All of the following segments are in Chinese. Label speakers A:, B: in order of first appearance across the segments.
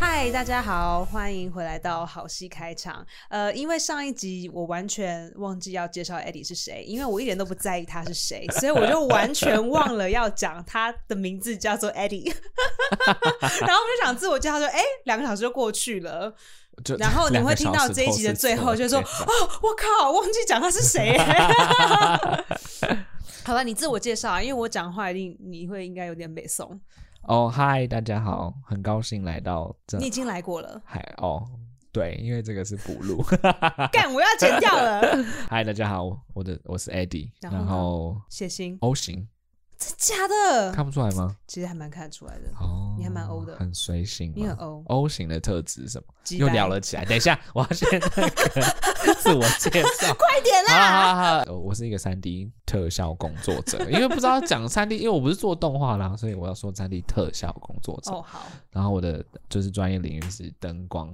A: 嗨，大家好，欢迎回来到好戏开场。呃，因为上一集我完全忘记要介绍 Eddie 是谁，因为我一点都不在意他是谁，所以我就完全忘了要讲他的名字叫做 Eddie。然后我们就想自我介绍说，哎，两个小时就过去 了。
B: 就
A: 然后你
B: 两个
A: 会听
B: 小
A: 到
B: 时
A: 这一集的
B: 是
A: 最后，就说：“
B: 错
A: 哦，我靠，忘记讲他是谁。” 好吧，你自我介绍啊，因为我讲话一定你会应该有点北宋，
B: 哦，嗨，大家好，很高兴来到这
A: 你已经来过 了，
B: 嗨哦，对，因为这个是补 录。
A: 干，我要剪掉了，
B: 嗨，大家好，我的我是 Eddie，
A: 然后
B: 然
A: 呢
B: 后
A: 血腥，
B: O 型，
A: 真假的？
B: 看不出来吗？
A: 其实还蛮看得出来的，
B: 哦，
A: 你还蛮 O 的
B: 很随性吗，
A: 你很 O
B: O 型的特质是什么？
A: 鸡
B: 哦又
A: 掰
B: 聊了起来，等一下，我要先那 个自我介绍，
A: 快点啊啦！
B: 啦！好好好我是一个三 D 特效工作者，因为不知道讲三 D，因为我不是做动画啦，所以我要说三 D 特效工作者。
A: 哦，好，
B: 然后我的就是专业领域是灯光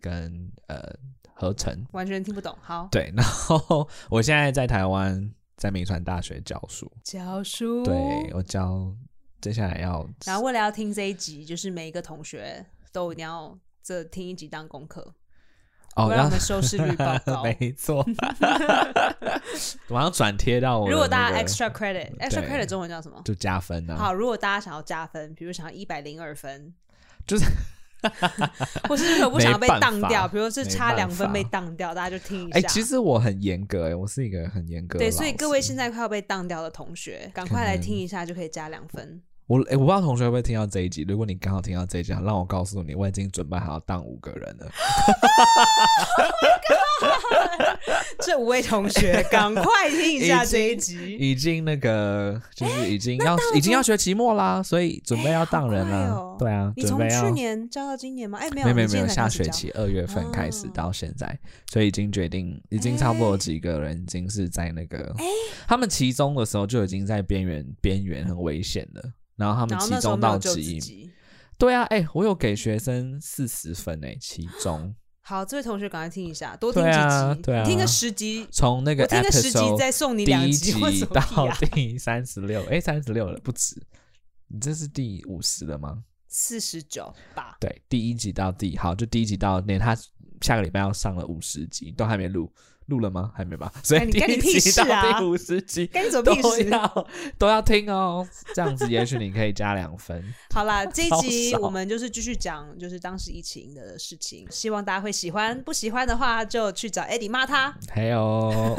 B: 跟呃合成。
A: 完全听不懂，好，
B: 对，然后我现在在台湾，在明传大学教书，
A: 教书，
B: 对哦我教接下来要
A: 然后为了要听这一集，就是每一个同学都一定要这听一集当功课，
B: 哦，
A: 让
B: 要
A: 我们收视率报告。
B: 没 错，我要转贴到我的
A: 如果大家
B: 那个
A: extra credit，extra
B: 对
A: credit 中文叫什么？
B: 就加分啊，
A: 好，如果大家想要加分，比如想要一百零二分，
B: 就是
A: 或是如果不想要被
B: 没办法
A: 当掉，比如是差
B: 没办
A: 两
B: 法
A: 分被当掉，大家就听一下。
B: 哎、其实我很严格哎、我是一个很严格的
A: 对，
B: 老师。
A: 所以各位现在快要被当掉的同学，赶快
B: 嗯
A: 来听一下，就可以加两分。
B: 我哎、我不知道同学会不会听到这一集。如果你刚好听到这一集，让我告诉你，我已经准备好要当五个人了。
A: 这五位同 学，赶快听一下
B: 已经
A: 这一集。
B: 已经那个就是已经要、已经要学期末啦，所以准备要当人
A: 哎
B: 啦。
A: 好快哦
B: 对啊，
A: 你
B: 准
A: 从
B: 备
A: 去
B: 要。
A: 年教到今年吗？哎，没有，
B: 没有没
A: 你
B: 有
A: 今
B: 没
A: 年才
B: 有，下
A: 开始
B: 学
A: 教
B: 期二月份开始
A: 哦
B: 到现在，所以已经决定，已经差不多有几个人已经是在那个，
A: 哎
B: 他们其中的时候就已经在边缘边缘很危险了，然啊后他们
A: 然后
B: 其
A: 那时候
B: 中
A: 没有
B: 到
A: 救自
B: 几，
A: 己。
B: 对啊，哎、我有给学生四十分哎、其中
A: 好，这位同学赶快听一下，多听几
B: 对啊
A: 集，
B: 对啊
A: 听个十集，
B: 从那
A: 我
B: 个
A: 听个十集
B: episode
A: 再送你
B: 第
A: 两
B: 一
A: 集，为
B: 集
A: 什么啊
B: 到
A: 呀？
B: 第三十六，哎，三十六了不止，你这是第五十了吗？
A: 四十九 吧，
B: 对，第一集到第好，就第一集到那他下个礼拜要上了五十集，都还没录，录了吗？还没吧？所
A: 哎
B: 以
A: 你
B: 第
A: 干你
B: 一
A: 屁
B: 集
A: 事啊
B: 到第五十集。
A: 干你什么
B: 都
A: 屁事？
B: 要都要听哦，这样子也许你可以加两分。
A: 好啦，这一
B: 超
A: 集
B: 少
A: 我们就是继续讲，就是当时疫情的事情，希望大家会喜欢。不喜欢的话，就去找 Eddie 骂他。
B: 还有，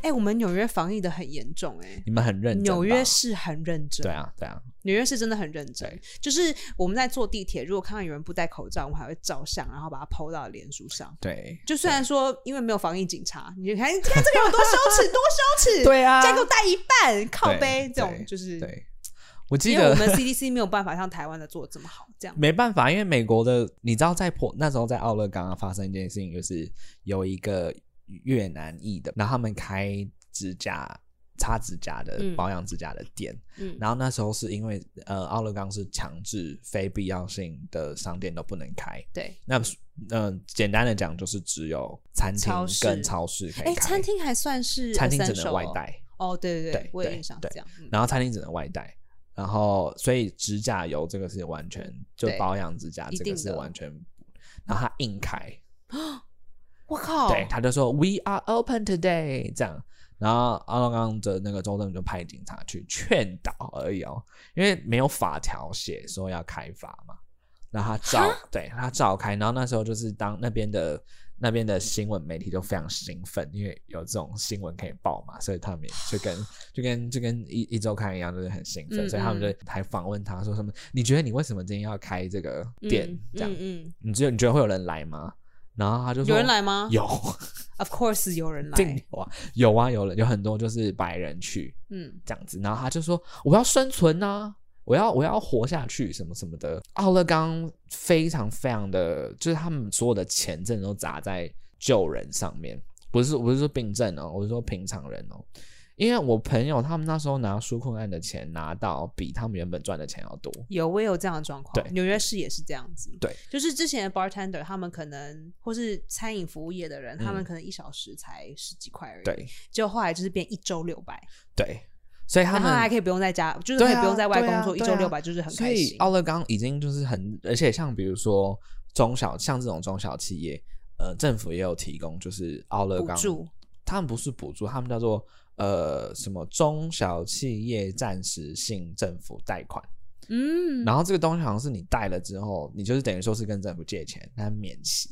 A: 哎、我们纽约防疫的很严重、
B: 你们很
A: 哎，
B: 认真吧。
A: 纽约市很认真，
B: 对，啊，对啊，
A: 纽约市真的很认真
B: 对。
A: 就是我们在坐地铁，如果看到有人不戴口罩，我们还会照相，然后把它 PO 到脸书上。
B: 对
A: 就虽然说，因为没有防疫警察，你看，你看这个有多羞耻，多羞耻！、
B: 对啊
A: 再给我戴一半，靠
B: 对
A: 背这种
B: 对
A: 就是，
B: 对，我记
A: 因为我
B: 得
A: 们 CDC 没有办法像台湾的做的这么好，这样。
B: 没办法，因为美国的，你知道在破那时候在奥勒冈啊发生一件事情，就是有一个越南裔的，然后他们开指甲。擦指甲的
A: 嗯
B: 保养指甲的店，
A: 嗯
B: 然后那时候是因为呃奥勒冈是强制非必要性的商店都不能开，
A: 对，
B: 那呃简单的讲就是只有餐厅
A: 超市
B: 跟超市可
A: 哎、
B: 以开，
A: 餐厅还算是
B: 餐厅只
A: essential
B: 能外带，
A: 哦。哦，对对
B: 对
A: 我有
B: 对
A: 印象
B: 对
A: 这样。嗯
B: 然后餐厅只能外带，然后所以指甲油这个是完全就
A: 对
B: 保养指甲
A: 一
B: 这
A: 定
B: 个是
A: 的
B: 完全，然后他硬开，
A: 我靠，
B: 对，他就说 We are open today 这样。然后奥勒冈的那个州政府就派警察去劝导而已哦，因为没有法条写说要开罚嘛。然后他照，对他照开。然后那时候就是当那边的那边的新闻媒体就非常兴奋，因为有这种新闻可以报嘛，所以他们也 就跟就跟就跟一一周刊一样，就是很兴奋。
A: 嗯
B: 所以他们
A: 嗯
B: 就还访问他说什么：“你觉得你为什么今天要开这个
A: 嗯
B: 店？这样，
A: 嗯
B: 你觉得你觉得会有人来吗？”然后他就
A: 嗯，
B: 说：“
A: 有人来吗？
B: 有。”
A: ，Of course 有人
B: 定
A: 来。
B: 有啊，有啊，有人有很多就是白人去
A: 嗯，
B: 这样子，然后他就说我要生存啊，我要我要活下去什么什么的。奥勒冈非常非常的，就是他们所有的钱真的都砸在救人上面，不是我不是说病症哦，我是说平常人哦，因为我朋友他们那时候拿纾困案的钱拿到比他们原本赚的钱要多，
A: 有，我也有这样的状况。
B: 对
A: 纽约市也是这样子。
B: 对，
A: 就是之前的 bartender 他们可能，或是餐饮服务业的人，他们
B: 嗯
A: 可能一小时才十几块而已。，
B: 对
A: 结果后来就是变一周六百，
B: 对，所以他
A: 然后
B: 们
A: 还可以不用在家，就是
B: 对
A: 可以
B: 啊
A: 不用在外
B: 对啊
A: 工作，一
B: 对
A: 周
B: 啊
A: 六百就是很
B: 所
A: 开
B: 以
A: 心。
B: 奥勒冈已经就是很，而且像比如说中小像这种中小企业，呃，政府也有提供就是奥勒冈
A: 补助，
B: 他们不是补助，他们叫做呃什么中小企业暂时性政府贷款。
A: 嗯，
B: 然后这个东西好像是你贷了之后，你就是等于说是跟政府借钱，但免息。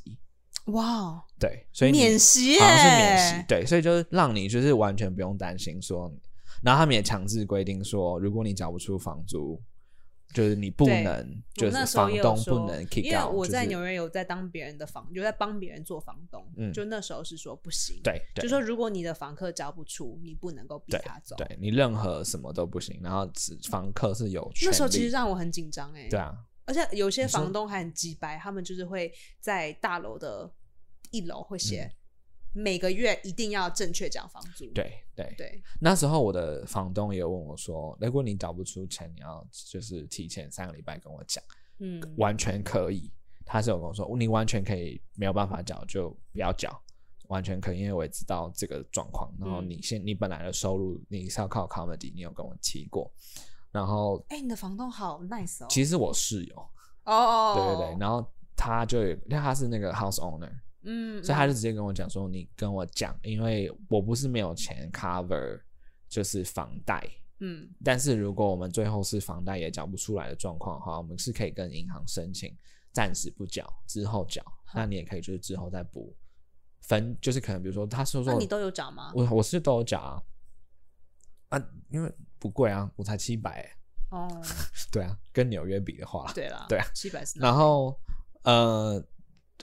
A: 哇，
B: 对，所以你
A: 免息耶，
B: 好像是免息，对，所以就是让你就是完全不用担心说，然后他们也强制规定说，如果你缴不出房租，就是你不
A: 对
B: 能，
A: 我
B: 就
A: 那
B: 是
A: 时候
B: 房
A: 也有
B: 东
A: 说
B: 不能 kick
A: 因为
B: out，
A: 我在
B: 就是
A: 纽约有在当别人的房，有在帮别人做房东，
B: 嗯
A: 就那时候是说不行，，
B: 对对，
A: 就说如果你的房客交不出，你不能够逼他走。
B: 对你任何什么都不行，然后只房客是有权
A: 那时候其
B: 利
A: 实让我很紧张哎，
B: 对，啊，
A: 而且有些房东还很鸡掰，他们就是会在大楼的一楼会写每个月一定要正确缴房租，
B: 嗯对对
A: 对，
B: 那时候我的房东也问我说，如果你找不出钱，你要就是提前三个礼拜跟我讲，
A: 嗯，
B: 完全可以。他是有跟我说，你完全可以没有办法缴就不要缴，完全可以，因为我也知道这个状况。然后
A: 嗯
B: 你现你本来的收入你是要靠 comedy，你有跟我提过。然后
A: 哎，你的房东好 nice 哦，
B: 其实我室友，
A: 哦哦，
B: 对对对，
A: 对，
B: 然后他就有因为他是那个 house owner，
A: 嗯，
B: 所以他
A: 嗯
B: 就直接跟我讲说，你跟我讲，因为我不是没有钱 cover 就是房贷，
A: 嗯
B: 但是如果我们最后是房贷也缴不出来的状况的话，我们是可以跟银行申请暂时不缴，之后缴。那你也可以就是之后再补分，就是可能比如说他说说
A: 那啊你都有缴吗？
B: 我我是都有缴啊，啊，因为不贵啊，我才七百、
A: 哦，
B: 对啊，跟纽约比的话，
A: 对啦，
B: 对啊，
A: 七百四，
B: 然后呃，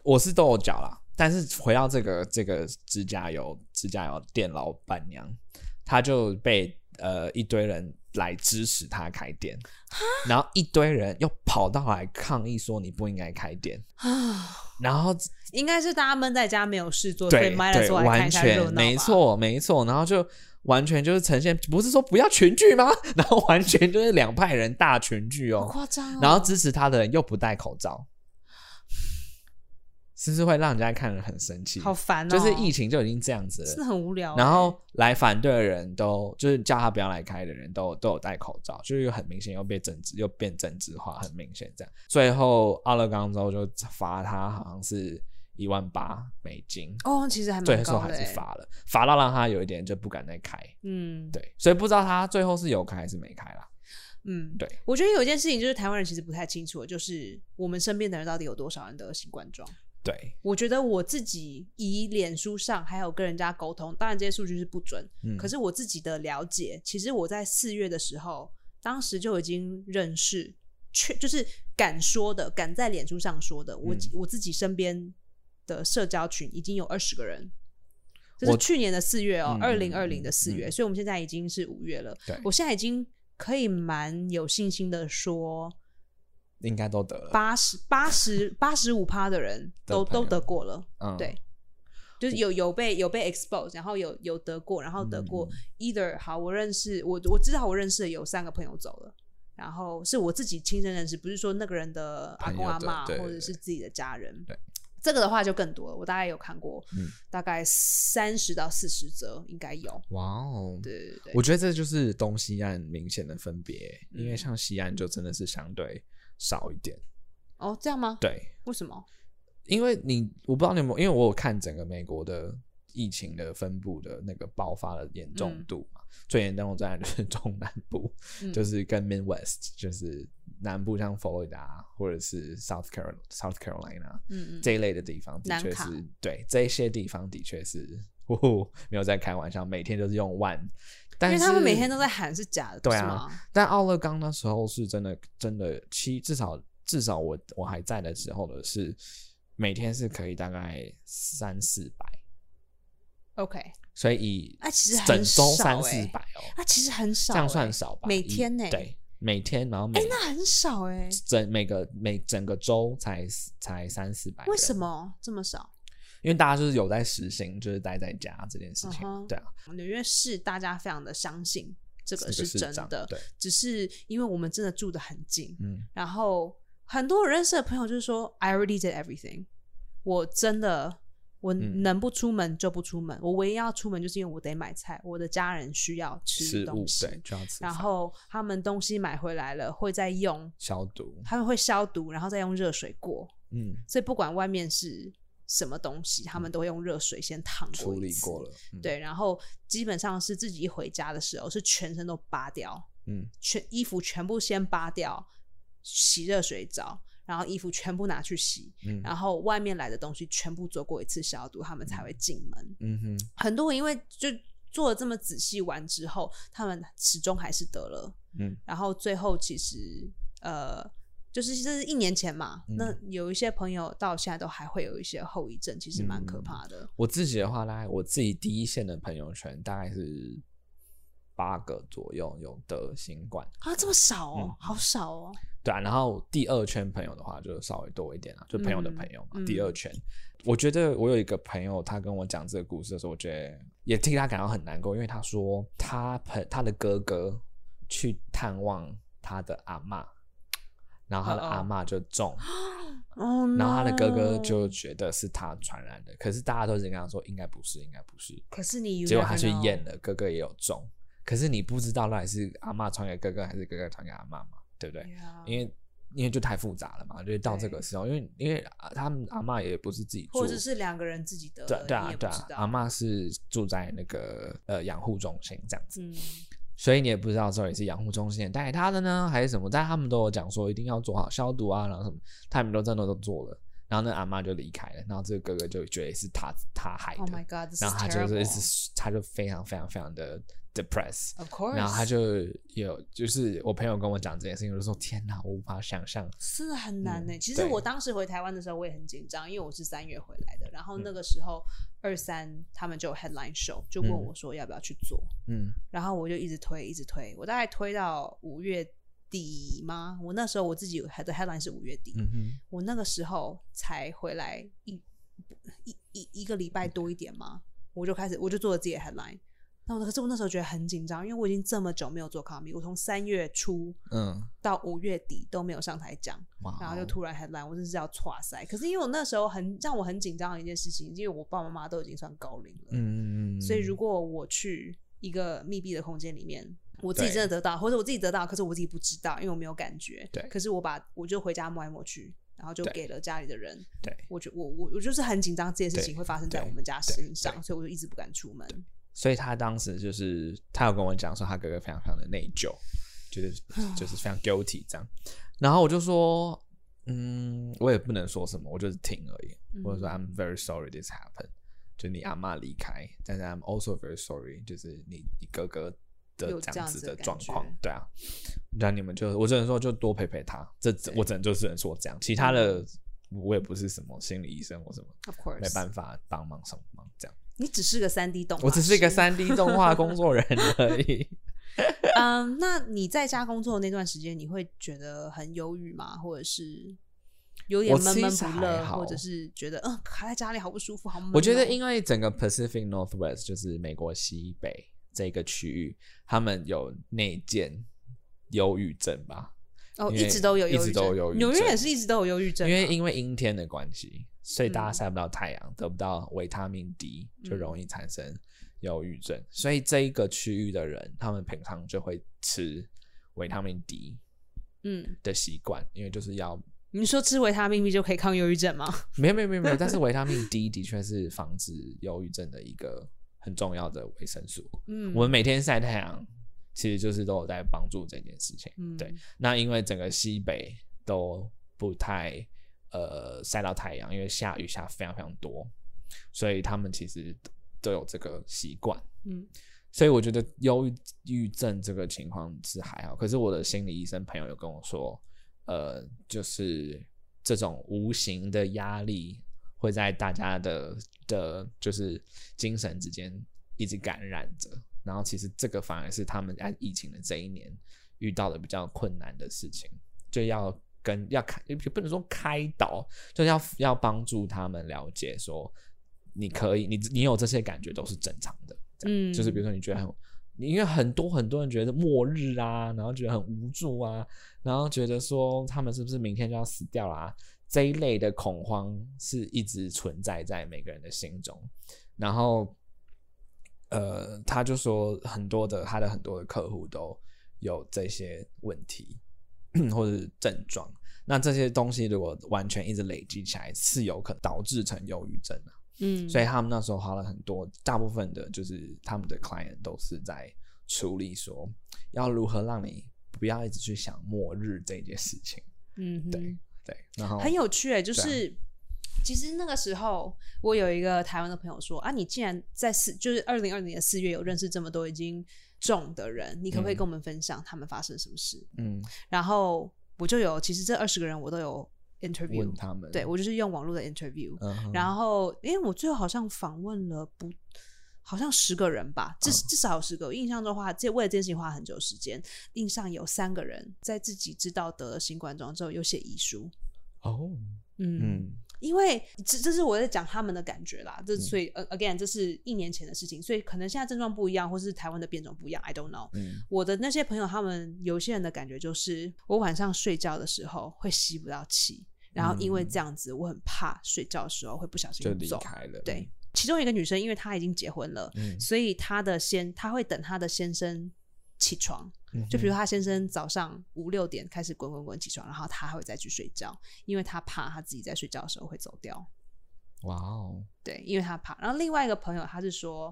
B: 我是都有缴啦，但是回到这个这个指甲油指甲油店老板娘，她就被呃一堆人来支持她开店，然后一堆人又跑到来抗议说你不应该开店，
A: 啊。
B: 然后
A: 应该是大家闷在家没有事做，所以
B: 对
A: 买了
B: 对，
A: 出来看
B: 完
A: 一下热闹
B: 全
A: 吧
B: 没，错没错，然后就。完全就是呈现，不是说不要群聚吗？ 然后完全就是两派人大群聚哦，
A: 好夸张、哦。
B: 然后支持他的人又不戴 口罩，是不是会让人家看了很生气？
A: 好烦哦，
B: 就是疫情就已经这样子
A: 真的
B: 了，
A: 很无聊欸、
B: 然后来反对的人都就是叫他不要来开的人都都有戴口罩，就是很明显又被政治又变政治化，很明显这样。最后奥勒冈州就罚他好像是一万八美金，
A: 哦，其实还
B: 最
A: 蛮
B: 后
A: 高的、
B: 还
A: 欸，
B: 是罚了，罚到让他有一点就不敢再开。
A: 嗯，
B: 对，所以不知道他最后是有开还是没开啦。
A: 嗯，
B: 对。
A: 我觉得有一件事情就是台湾人其实不太清楚的，就是我们身边的人到底有多少人得新冠状。
B: 对，
A: 我觉得我自己以脸书上还有跟人家沟通，当然这些数据是不准，
B: 嗯，
A: 可是我自己的了解，其实我在四月的时候，当时就已经认识，确就是敢说的，敢在脸书上说的，我、
B: 嗯
A: 我自己身边的社交群已经有二十个人。这是
B: 我
A: 去年的四月哦
B: 嗯，
A: 二
B: 嗯
A: 零二
B: 嗯
A: 零的四月，
B: 嗯
A: 所以我们现在已经是五月了
B: 对。
A: 我现在已经可以蛮有信心的说，
B: 应该都得了。
A: 八十八十八十五趴的人都
B: 都朋
A: 都
B: 友
A: 得过了。
B: 嗯，
A: 对，就是有有被有被 expose，然后有有得过，然后得过、
B: 嗯
A: either 好，我认识我我知道我认识的有三个朋友走了，然后是我自己亲身认识，不是说那个人的阿
B: 朋
A: 公
B: 友
A: 阿
B: 的
A: 妈
B: 对
A: 或者
B: 对
A: 是自己的家人。
B: 对
A: 这个的话就更多了，我大概有看过，
B: 嗯
A: 大概三十到四十则应该有。
B: 哇哦，
A: 对对对
B: 我
A: 对，
B: 觉得这就是东西岸明显的分别，
A: 嗯
B: 因为像西岸就真的是相对少一点。
A: 哦，这样吗？，
B: 对，
A: 为什么？
B: 因为你我不知道你有没有，因为我有看整个美国的疫情的分布的那个爆发的严重度嘛，最严重的当然就是中南部，
A: 嗯
B: 就是跟 Midwest，就是南部像佛罗里达或者是 South Carolina、South Carolina
A: 嗯嗯，
B: 这一类的地方，的
A: 南
B: 确
A: 卡
B: 是对这一些地方的确是，呼呼，没有在开玩笑，每天都是用万，但
A: 因
B: 是
A: 为他们每天都在喊是假的，
B: 对
A: 是
B: 啊
A: 吗？
B: 但奥勒冈那时候是真的，真的七至少至少我我还在的时候的是，每天是可以大概三四百，
A: OK，
B: 所以以
A: 啊其实很
B: 整周
A: 少欸
B: 三四百哦，
A: 那、其实很少、
B: 这
A: 欸，
B: 样算少吧？
A: 每
B: 以
A: 天欸
B: 对，每天然后每、
A: 哎、那很少哎、
B: 整每个每整个周才才三四百，
A: 为什？么这么少？
B: 因为大家就是有在实行，就是待在家这件事情
A: 嗯哼
B: 对啊，
A: 纽约市大家非常的相信这
B: 这
A: 个
B: 个
A: 是
B: 市
A: 真
B: 长
A: 的，
B: 对，
A: 只是因为我们真的住得很近，
B: 嗯，
A: 然后很多我认识的朋友就是说，I already did everything，我真的我
B: 嗯
A: 能不出门就不出门，我唯一要出门就是因为我得买菜，我的家人需要吃
B: 食物
A: 东西，
B: 对，就要吃饭，
A: 然后他们东西买回来了会再用，
B: 消毒，
A: 他们会消毒，然后再用热水过，
B: 嗯，
A: 所以不管外面是什么东西，他们都会用热水先烫
B: 处理
A: 过
B: 过
A: 一次。
B: 了，嗯，
A: 对，然后基本上是自己一回家的时候，是全身都扒掉，
B: 嗯，
A: 全衣服全部先扒掉，洗热水澡，然后衣服全部拿去洗，
B: 嗯
A: 然后外面来的东西全部做过一次消毒，他们才会进门。
B: 嗯哼，
A: 很多人因为就做的这么仔细完之后，他们始终还是得了，
B: 嗯，
A: 然后最后其实呃。就是这是一年前嘛，
B: 嗯
A: 那有一些朋友到现在都还会有一些后遗症，其实蛮可
B: 嗯
A: 怕的。
B: 我自己的话，大概我自己第一线的朋友圈大概是八个左右有得新冠，
A: 啊，这么少哦，
B: 嗯
A: 好少哦。
B: 对啊，然后第二圈朋友的话就稍微多一点啊，就朋友的朋友嘛。
A: 嗯嗯
B: 第二圈，我觉得我有一个朋友，他跟我讲这个故事的时候，我觉得也替他感到很难过，因为他说他朋他的哥哥去探望他的阿嬷，然后他的
A: 哦哦
B: 阿嬷就中，
A: 哦，
B: 然后他的哥哥就觉得是他传染的，可是大家都已经跟他说应该不是，应该不是，
A: 可是你
B: 结果他去验
A: 了，
B: 了，哥哥也有中，可是你不知道到底是阿嬷传给哥哥还是哥哥传给阿嬷嘛，对不对？
A: Yeah
B: 因为因为就太复杂了嘛，就是到这个
A: 对
B: 时候，因为因为啊他们阿嬷也不是自己住，
A: 或者是两个人自己得
B: 对
A: 了，
B: 对
A: 你
B: 啊
A: 也不
B: 对
A: 知
B: 啊，
A: 道
B: 阿嬷是住在那个呃养护中心这样子，
A: 嗯，
B: 所以你也不知道这里是养护中心带他的呢还是什么，但他们都有讲说一定要做好消毒啊，然后什么，他们都真的都做了，然后那阿嬷就离开了，然后这个哥哥就觉得是他他害的
A: Oh my god，this is
B: 然后他就是一
A: terrible.
B: 直他就非常非常非常的 depressed，
A: Of course，
B: 然后他就有，就是我朋友跟我讲这件事情，我就说天哪，我无法想象。
A: 真的很难呢、
B: 嗯
A: 其实
B: 对
A: 我当时回台湾的时候，我也很紧张，因为我是三月回来的，然
B: 嗯
A: 后那个时候二三他们就有 headline show，就问
B: 嗯
A: 我说要不要去做，
B: 嗯
A: 然后我就一直推，一直推，我大概推到五月底吗？我那时候我自己的 headline 是五月底，
B: 嗯哼，
A: 我那个时候才回来一一一一个礼拜多一点嘛，我就开始我就做了自己的 headline。那我可是我那时候觉得很紧张，因为我已经这么久没有做 comedy，我从三月初
B: 嗯，
A: 到五月底都没有上台讲，
B: 哇
A: 然后就
B: 哦
A: 突然 headline，我真是要唰塞。可是因为我那时候很让我很紧张的一件事情，因为我爸爸妈妈都已经算高龄了，
B: 嗯嗯嗯，
A: 所以如
B: 果
A: 果我去一个密闭的空间里面，我自己
B: 对
A: 真的得到，或者我自己得到，可是我自己不知道，因为我没有感觉。
B: 对
A: 可是我把我就回家摸来摸去，然后就
B: 对
A: 给了家里的人。
B: 对，
A: 我就我我我就是很紧张这件事情
B: 对
A: 会发生在
B: 对
A: 我们家身上，
B: 对
A: 所以我就一直不敢出门。
B: 所以他当时就是他有跟我讲说，他哥哥非常非常的内疚，觉得
A: 啊
B: 就是非常 guilty 这样。然后我就说，嗯，我也不能说什么，我就是听而已。
A: 嗯
B: 我就说 I'm very sorry this happened，就你阿嬷离开，但是 I'm also very sorry，就是你你哥哥的
A: 有
B: 这
A: 这样
B: 样子
A: 子
B: 的
A: 的感
B: 状况
A: 觉，
B: 对啊。那你们就我只能说就多陪陪他，这只
A: 对嗯
B: 我只能就只能说这样，其他的我也不是什么心理医生或什么，
A: Of course，
B: 没办法帮忙什么忙这样。
A: 你只是个三 D 动画师，
B: 我只是一个三 D 动画工作人而 已。
A: 嗯，那你在家工作的那段时间，你会觉得很忧郁吗？或者是有点
B: 我
A: 闷
B: 其
A: 闷
B: 实
A: 不
B: 还
A: 乐，
B: 好
A: 或者是觉得嗯卡在家里好不舒服，好闷哦、
B: 我觉得因为整个 Pacific Northwest 就是美国西北这个区域，他们有内建忧郁症吧，
A: 哦
B: 因
A: 一
B: 为
A: 直都有
B: 一
A: 忧
B: 直
A: 郁
B: 都有
A: 症，
B: 忧郁
A: 纽约
B: 症
A: 也是一直都有忧郁症啊，
B: 因为因为阴天的关系，所以大家
A: 嗯
B: 晒不到太阳，得不到维他命 D，就
A: 嗯
B: 容易产生忧郁症。所以这一个区域的人，他们平常就会吃维他命 D
A: 嗯，
B: 的习惯，因为就是要
A: 你说吃维他命 B 就可以抗忧郁 症吗？
B: 没有没有没有没有，但是维他命 D 的确是防止忧郁症的一个很重要的维生素。
A: 嗯，
B: 我们每天晒太阳，其实就是都有在帮助这件事情。
A: 嗯
B: 对，那因为整个西北都不太呃晒到太阳，因为下雨下非常非常多，所以他们其实都有这个习惯。
A: 嗯
B: 所以我觉得忧郁症这个情况是还好，可是我的心理医生朋友有跟我说，呃，就是这种无形的压力会在大家的的，就是精神之间一直感染着，然后其实这个反而是他们在疫情的这一年遇到的比较困难的事情，就要跟要开，也不能说开导，就是要要帮助他们了解说你可以，你你有这些感觉都是正常的。这样
A: 嗯
B: 就是比如说你觉得很，你因为很多很多人觉得末日啊，然后觉得很无助啊，然后觉得说他们是不是明天就要死掉啦、这一类的恐慌是一直存在在每个人的心中。然后，呃，他就说很多的他的很多的客户都有这些问题 或者是症状。那这些东西如果完全一直累积起来，是有可能导致成忧郁症的。
A: 嗯，
B: 所以他们那时候花了很多，大部分的就是他们的 client 都是在处理说要如何让你不要一直去想末日这件事情。
A: 嗯哼
B: 对对，然后
A: 很有趣哎、就
B: 对啊
A: 是、其实那个时候，我有一个台湾的朋友说啊，你既然在四，就是二零二零年四月有认识这么多已经中的人，你可不可以
B: 嗯
A: 跟我们分享他们发生什么事？
B: 嗯，
A: 然后我就有，其实这二十个人我都有
B: 问
A: interview，
B: 他们，
A: 对我就是用网络的 interview，、
B: 嗯哼，
A: 然后因为我最后好像访问了不。好像十个人吧，
B: 嗯
A: 至至少有十个。我印象中花这为了这件事情花了很久时间。印象有三个人在自己知道得了新冠状之后有写遗书，
B: 哦，
A: 嗯，
B: 嗯
A: 因为这这是我在讲他们的感觉啦，这所以呃 again 这是一年前的事情，所以可能现在症状不一样，或是台湾的变种不一样，I don't know。
B: 嗯，
A: 我的那些朋友，他们有些人的感觉就是，我晚上睡觉的时候会吸不到气，然后因为这样子，我很怕睡觉的时候会不小
B: 嗯就
A: 心
B: 离
A: 走。
B: 开了，
A: 对，其中一个女生，因为她已经结婚了，
B: 嗯，
A: 所以她的先，她会等她的先生起床，
B: 嗯，
A: 就比如她先生早上五六点开始滚滚滚起床，然后她还会再去睡觉，因为她怕她自己在睡觉的时候会走掉。
B: 哇哦，
A: 对，因为他怕。然后另外一个朋友他是说，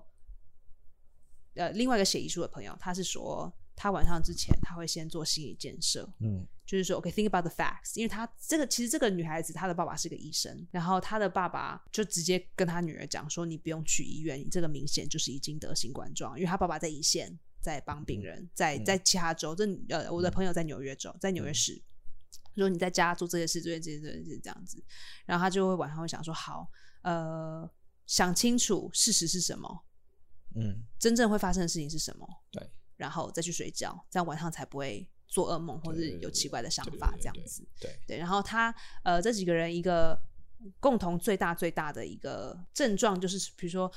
A: 呃，另外一个写遗书的朋友，他是说他晚上之前他会先做心理建设，
B: 嗯
A: 就是说 OK，think、about the facts，因为他这个其实这个女孩子她的爸爸是个医生，然后她的爸爸就直接跟她女儿讲说，你不用去医院，你这个明显就是已经得新冠状，因为她爸爸在一线在帮病人，在在其他州，这呃我的朋友在纽约州，在纽约市。说你在家做这些事，做这些事，做这些事这样子，然后他就会晚上会想说，好，呃，想清楚事实是什么，
B: 嗯，
A: 真正会发生的事情是什么，
B: 对，
A: 然后再去睡觉，这样晚上才不会做噩梦或者
B: 对对
A: 有奇怪的想
B: 对对
A: 法
B: 对
A: 这样子。
B: 对，
A: 对，然后他呃这几个人一个共同最大最大的一个症状就是，比如说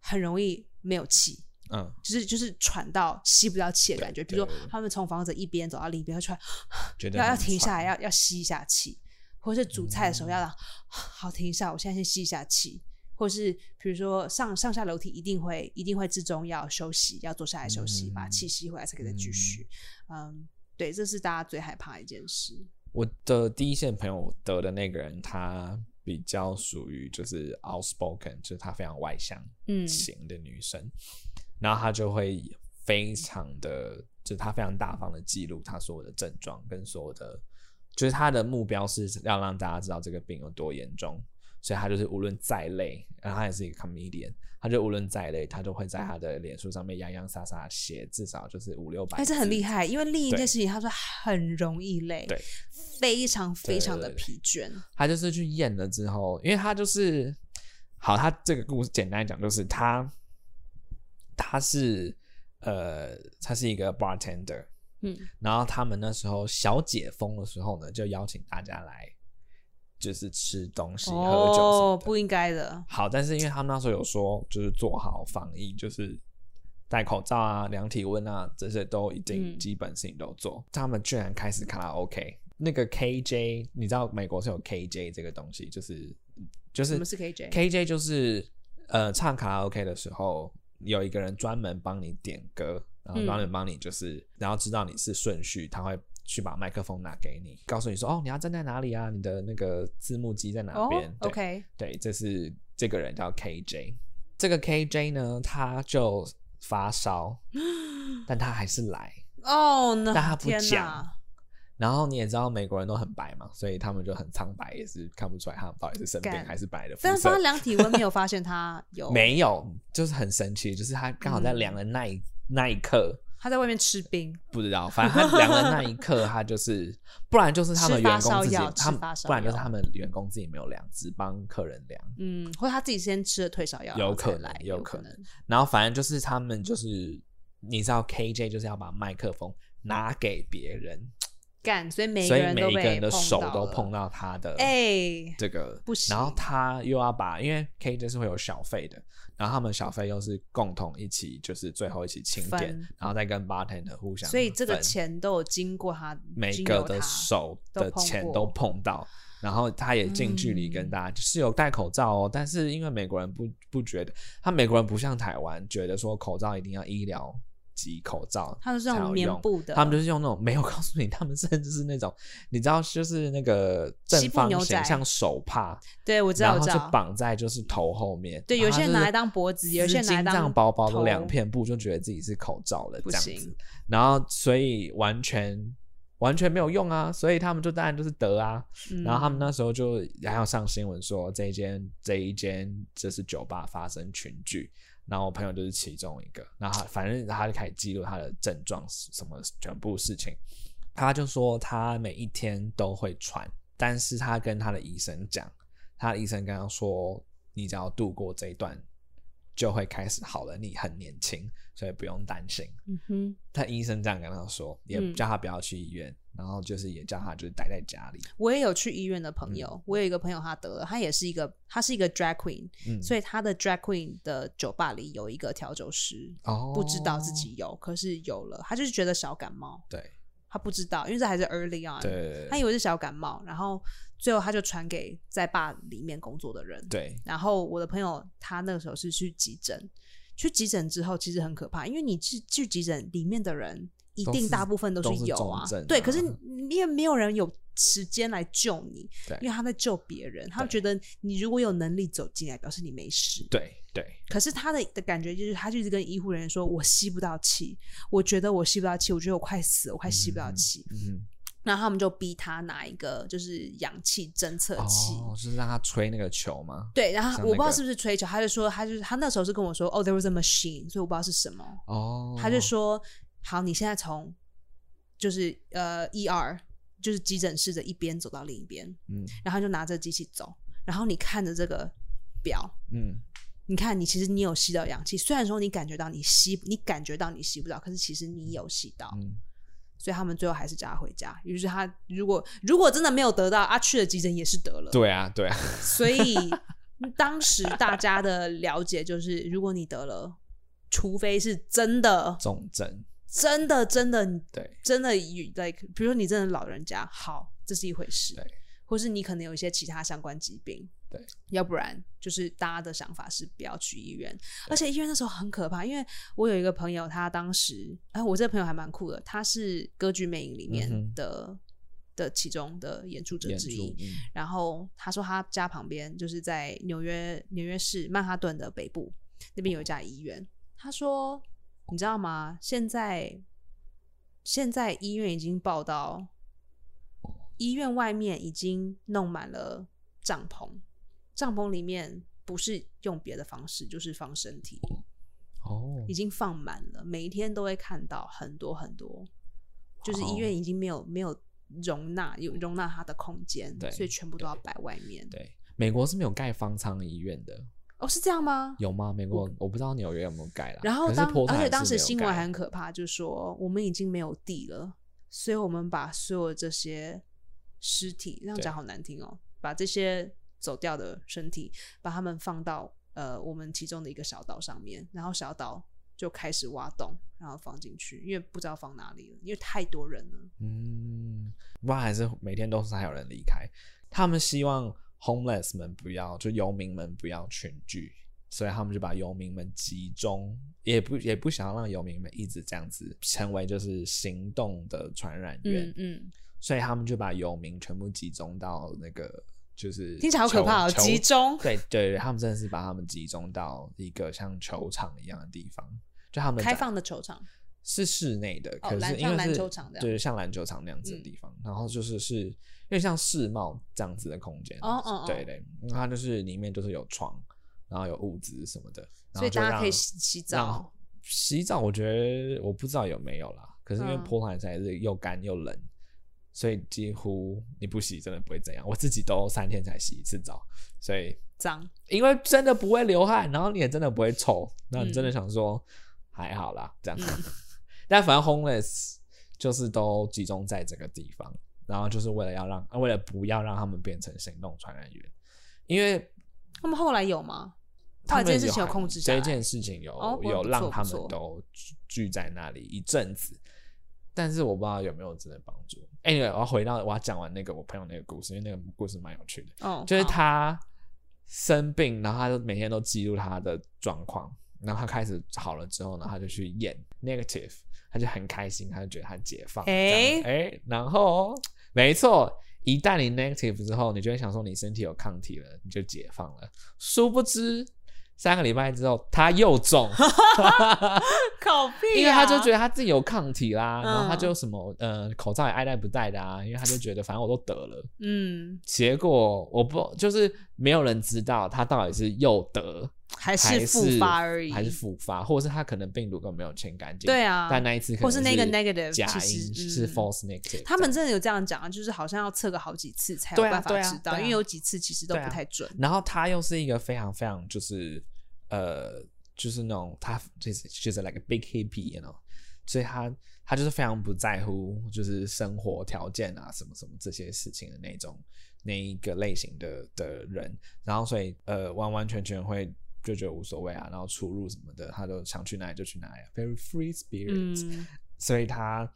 A: 很容易没有气。
B: 嗯，
A: 就是就是喘到吸不到气的感觉，比
B: 对
A: 如说
B: 对对
A: 他们从房子一边走到另一边，会突然
B: 觉得
A: 要要
B: 很
A: 停下来，
B: 喘嗯
A: 要要吸一下气，或是煮菜的时候要让、好停一下，我现在先吸一下气，或是比如说上上下楼梯一定会一定会吃中药休息，要坐下来休息，把
B: 嗯
A: 气吸回来才可以再继续。嗯，对，这是大家最害怕的一件事。
B: 我的第一线朋友得的那个人，他比较属于就是 outspoken，就是她非常外向
A: 嗯
B: 型的女生，然后她就会非常的，就是她非常大方的记录她所有的症状跟所有的，就是她的目标是要让大家知道这个病有多严重，所以她就是无论再累，然后她也是一个 comedian。她就无论再累，她都会在她的脸书上面洋洋洒洒写至少就是五六百字，
A: 但是哎很厉害，因为另一件
B: 对
A: 事情，他说很容易累，
B: 对，
A: 非常非常的
B: 对对
A: 疲倦。
B: 他就是去验了之后，因为他就是好，他这个故事简单讲就是他他是呃，他是一个 bartender，
A: 嗯
B: 然后他们那时候小解封的时候呢，就邀请大家来就是吃东西、喝酒什么
A: 哦，
B: 的
A: 不应该的。
B: 好，但是因为他们那时候有说，就是做好防疫，就是戴口罩啊、量体温啊，这些都已经
A: 嗯
B: 基本事情都做。他们居然开始卡拉 OK，那个 KJ，你知道美国是有 KJ 这个东西，就是就是
A: 什么是 KJ
B: KJ 就是呃，唱卡拉 OK 的时候，有一个人专门帮你点歌，然后专
A: 嗯
B: 门帮你就是，然后知道你是顺序，他会。去把麦克风拿给你，告诉你说：“哦，你要站在哪里啊？你的那个字幕机在哪
A: 哦
B: 边？”对
A: ，OK，
B: 对，这是这个人叫 KJ。这个 KJ 呢，他就发 烧，但他还是来，
A: 哦，那
B: 但他不
A: 天
B: 讲
A: 哪，。
B: 然后你也知道美国人都很白嘛，所以他们就很苍白，也是看不出来他们到底是生病
A: 干
B: 还是白的肤
A: 但是他
B: 色。
A: 量体温没有发现他有，
B: 没有，就是很神奇，就是他刚好在
A: 嗯
B: 量的那一、那一刻，
A: 他在外面吃冰，
B: 不知道，反正他量的那一刻，他就是，不然就是他们
A: 吃发
B: 员工
A: 烧
B: 自己
A: 药，
B: 他
A: 吃
B: 们
A: 发烧
B: 不然就是
A: 药
B: 他们员工自己没有量，只帮客人量。
A: 嗯，或者他自己先吃了退烧药，然后
B: 有可
A: 才
B: 能
A: 来，
B: 有
A: 有
B: 可
A: 能，
B: 然后反正就是他们就是，你知道 KJ 就是要把麦克风拿给别人，
A: 干，所以每
B: 所
A: 个
B: 以
A: 人
B: 每
A: 都
B: 一个
A: 被
B: 人的手
A: 到
B: 都
A: 了
B: 碰。到他的
A: 哎、
B: 这个
A: 不，行
B: 然后他又要把，因为 K 就是会有小费的，然后他们小费又是共同一起，就是最后一起清点
A: 分，
B: 然后再跟 bartender 互相分，
A: 所以这个钱都有经过他，
B: 每
A: 经
B: 个
A: 由
B: 的
A: 他
B: 手
A: 都
B: 的
A: 碰
B: 钱
A: 过嗯
B: 都碰到，然后他也近距离跟大家、就是有戴口罩哦，但是因为美国人不不觉得，他美国人不像台湾觉得说口罩一定要医疗级口罩才
A: 他
B: 有用，
A: 们是那种棉布的
B: 他们就是用那种没有 告诉你，他们甚至是那种你知道就是那个正
A: 西部
B: 方
A: 牛
B: 形
A: 仔
B: 像手帕，
A: 对我知道，
B: 然
A: 我
B: 后
A: 知
B: 是
A: 道。
B: 绑在就是头后面，
A: 对
B: 然后
A: 有些人
B: 就是
A: 拿来当脖子有些人拿来
B: 丝巾
A: 当
B: 这样薄薄的
A: 头
B: 两片布，就觉得自己是口罩了
A: 不
B: 这样
A: 行
B: 子，然后所以完全完全没有用啊，所以他们就当然就是得啊，
A: 嗯
B: 然后他们那时候就还有上新闻说这一间这一间就是酒吧发生群聚，然后我朋友就是其中一个，然后他反正他就开始记录他的症状是什么全部事情，他就说他每一天都会喘，但是他跟他的医生讲，他的医生跟他说你只要度过这一段就会开始好了，你很年轻，所以不用担心。
A: 嗯哼，
B: 他医生这样跟他说，也
A: 嗯
B: 叫他不要去医院，然后就是也叫他就是待在家里。
A: 我也有去医院的
B: 嗯
A: 朋友，我有一个朋友他得了，他也是一个，他是一个 drag queen，、
B: 嗯，
A: 所以他的 drag queen 的酒吧里有一个调酒师，
B: 哦，
A: 不知道自己有，可是有了，他就是觉得小感冒，
B: 哦对
A: 他不知道，因为这还是 early on，
B: 对
A: 他以为是小感冒，然后最后他就传给在坝里面工作的人，
B: 对
A: 然后我的朋友他那个时候是去急诊，去急诊之后其实很可怕，因为你去去急诊里面的人一
B: 都
A: 定
B: 是
A: 大部分都
B: 都是
A: 有
B: 重
A: 啊，
B: 症
A: 对，
B: 啊
A: 可是你也没有人有时间来救你，因为
B: 对
A: 他在救别人，他
B: 对
A: 觉得你如果有能力走进来，表示你没事。
B: 对对
A: 可是他的的感觉就是，他就一直跟医护人员说：“我吸不到气，我觉得我吸不到气，我觉得我快死了，我快吸不到气。
B: 嗯，
A: 然后他们就逼他拿一个就是氧气侦测器，
B: 哦，就是让他吹那个球吗？
A: 对，然后
B: 像
A: 我不知
B: 那
A: 道
B: 个
A: 是不是吹球，他就说，他就是他那时候是跟我说，哦，there was a machine，所以我不知道是什么。
B: 哦，
A: 他就说，好，你现在从就是呃 ER，就是急诊室的一边走到另一边，
B: 嗯
A: 然后他就拿着机器走，然后你看着这个表，
B: 嗯，
A: 你看你其实你有吸到氧气，虽然说你感觉到你吸，你感觉到你吸不到，可是其实你有吸到，
B: 嗯
A: 所以他们最后还是叫他回家。于是他如果如果真的没有得到，啊，去了急诊也是得了。
B: 对啊 对啊，
A: 所以当时大家的了解就是，如果你得了，除非是真的、
B: 重症
A: 真的、真的、你
B: 对
A: 真的与，like，比如说你真的老人家，好，这是一回事
B: 对，
A: 或是你可能有一些其他相关疾病，
B: 对，
A: 要不然就是大家的想法是不要去医院，而且医院那时候很可怕，因为我有一个朋友，他当时，哎、我这个朋友还蛮酷的，他是《歌剧魅影》里
B: 嗯
A: 面
B: 哼
A: 的、的其中的演出者
B: 演
A: 之
B: 出
A: 一，
B: 嗯
A: 然后他说他家旁边就是在纽约纽约市曼哈顿的北部那边有一家医院。他说，你知道吗？现在现在医院已经报到，医院外面已经弄满了帐篷，帐篷里面不是用别的方式，就是放身体，
B: 哦
A: 已，经放满了，每一天都会看到很多很多，就是医
B: 哦
A: 院已经没有没有。容纳有容纳他的空间
B: 对，
A: 所以全部都要摆外面。
B: 哦对，美国是没有盖方舱医院的，
A: 哦，是这样吗？
B: 有吗？美国我不知道纽约有没有盖啦。
A: 然后
B: 可是
A: 当
B: 波特
A: 而
B: 兰
A: 且
B: 是
A: 当时
B: 没有
A: 新闻
B: 盖
A: 还很可怕，就说我们已经没有地了，所以我们把所有这些尸体，这样
B: 对
A: 讲好难听哦，把这些走掉的身体，把他们放到呃我们其中的一个小岛上面，然后小岛就开始挖洞，然后放进去，因为不知道放哪里了，因为太多人了。
B: 嗯，不然还是每天都是还有人离开。他们希望 homeless 们不要，就游民们不要群聚，所以他们就把游民们集中，也不也不想要让游民们一直这样子成为就是行动的传染源，
A: 嗯嗯，
B: 所以他们就把游民全部集中到那个就是
A: 听起来好可怕哦，
B: 球
A: 集。中
B: 球对对对，他们真的是把他们集中到一个像球场一样的地方，就他们
A: 开
B: 在
A: 放的球场，
B: 是室内的，
A: 哦
B: 可
A: 篮
B: 是因
A: 像
B: 为
A: 篮
B: 是
A: 球场这样嗯
B: 对，像篮球场那样子的地方，然后就是是因为像世贸这样子的空间，
A: 哦哦哦
B: 对对，然后它就是里面就是有床，然后有物资什么的，然
A: 所
B: 后
A: 以
B: 就
A: 大家可以
B: 让
A: 洗洗
B: 让
A: 澡。
B: 洗澡，我觉得我不知道有没有啦，可是因为
A: 嗯
B: 波兰才是又干又冷。所以几乎你不洗真的不会怎样，我自己都三天才洗一次澡，所以
A: 脏，
B: 因为真的不会流汗，然后你也真的不会臭，那你
A: 嗯
B: 真的想说、还好啦，这样。
A: 嗯
B: 但反正 homeless 就是都集中在这个地方，然后就是为了要让，为了不要让他们变成行动传染源，因为
A: 他们后来有吗？后
B: 他
A: 来
B: 们
A: 这件事情有
B: 还
A: 控制下
B: 这
A: 来，
B: 件事情有、
A: 哦不
B: 有
A: 不
B: 让
A: 错
B: 他
A: 不
B: 们
A: 错
B: 都聚聚在那里一阵子，但是我不知道有没有真的帮助。Anyway，我要回到我要讲完那个我朋友那个故事，因为那个故事蛮有趣的，
A: 哦，
B: 就是
A: 好，
B: 他生病，然后他就每天都记录他的状况，然后他开始好了之后呢，他就去验 negative，他就很开心，他就觉得他解放，哎
A: 诶
B: 哎，然后没错。一旦你 negative 之后，你就会想说你身体有抗体了，你就解放了。殊不知，三个礼拜之后他 又中，
A: 哎靠屁、啊，
B: 因为他就觉得他自己有抗体啦，然后他
A: 嗯
B: 就什么呃口罩也爱戴不戴的啊，因为他就觉得反正我都得了，
A: 嗯，
B: 结果我不就是没有人知道他到底是又得
A: 还
B: 还
A: 是复发而已，
B: 还是复发，或者是他可能病毒根本没有清干净。
A: 对啊
B: 但那一次可能
A: 或是那个 negative，
B: 假
A: 其
B: 阴
A: 实
B: 是
A: 嗯
B: false negative。
A: 他们真的有这样讲啊，就是好像要测个好几次才有
B: 对啊
A: 办法
B: 对啊
A: 知道，
B: 对啊
A: 因为有几次其实都
B: 对啊
A: 不太准。
B: 然后他又是一个非常非常就是呃，就是那种他就是就是 like a big hippie，you know，所以他他就是非常不在乎就是生活条件啊什么什么这些事情的那种那一个类型的的人，然后所以呃完完全全会。就觉得无所谓啊，然后出入什么的，他都想去哪里就去哪里啊，very free spirit、
A: 嗯，
B: 所以他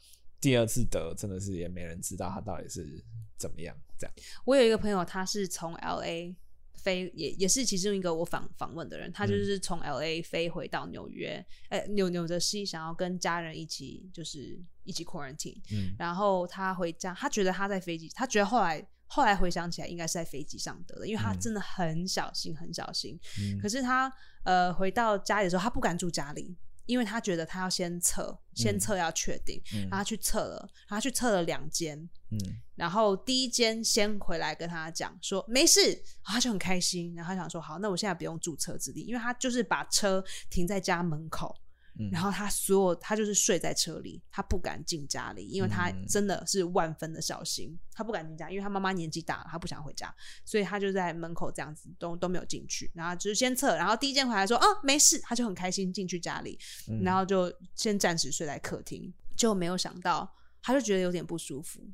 B: 第二次得真的是也没人知道他到底是怎么样这样。
A: 我有一个朋友，他是从 L A 飞，也也是其中一个我访访问的人，他
B: 嗯
A: 就是从 L A 飞回到纽约，呃、纽纽泽西，想要跟家人一起就是一起 quarantine，
B: 嗯
A: 然后他回家，他觉得他在飞机，他觉得后来后来回想起来应该是在飞机上得的，因为他
B: 嗯
A: 真的很小心很小心，
B: 嗯
A: 可是他呃回到家里的时候，他不敢住家里，因为他觉得他要先测，先
B: 嗯
A: 测要确定，
B: 嗯
A: 然后他去测了，然后他去测了两间，
B: 嗯
A: 然后第一间先回来跟他讲说没事，然后他就很开心，然后他想说好，那我现在不用住车子里，因为他就是把车停在家门口，
B: 嗯
A: 然后他所有他就是睡在车里，他不敢进家里，因为他
B: 嗯
A: 真的是万分的小心，他不敢进家，因为他妈妈年纪大了，他不想回家，所以他就在门口这样子都都没有进去，然后就是先测，然后第一间回来说啊没事，他就很开心进去家里，
B: 嗯
A: 然后就先暂时睡在客厅，就没有想到他就觉得有点不舒服，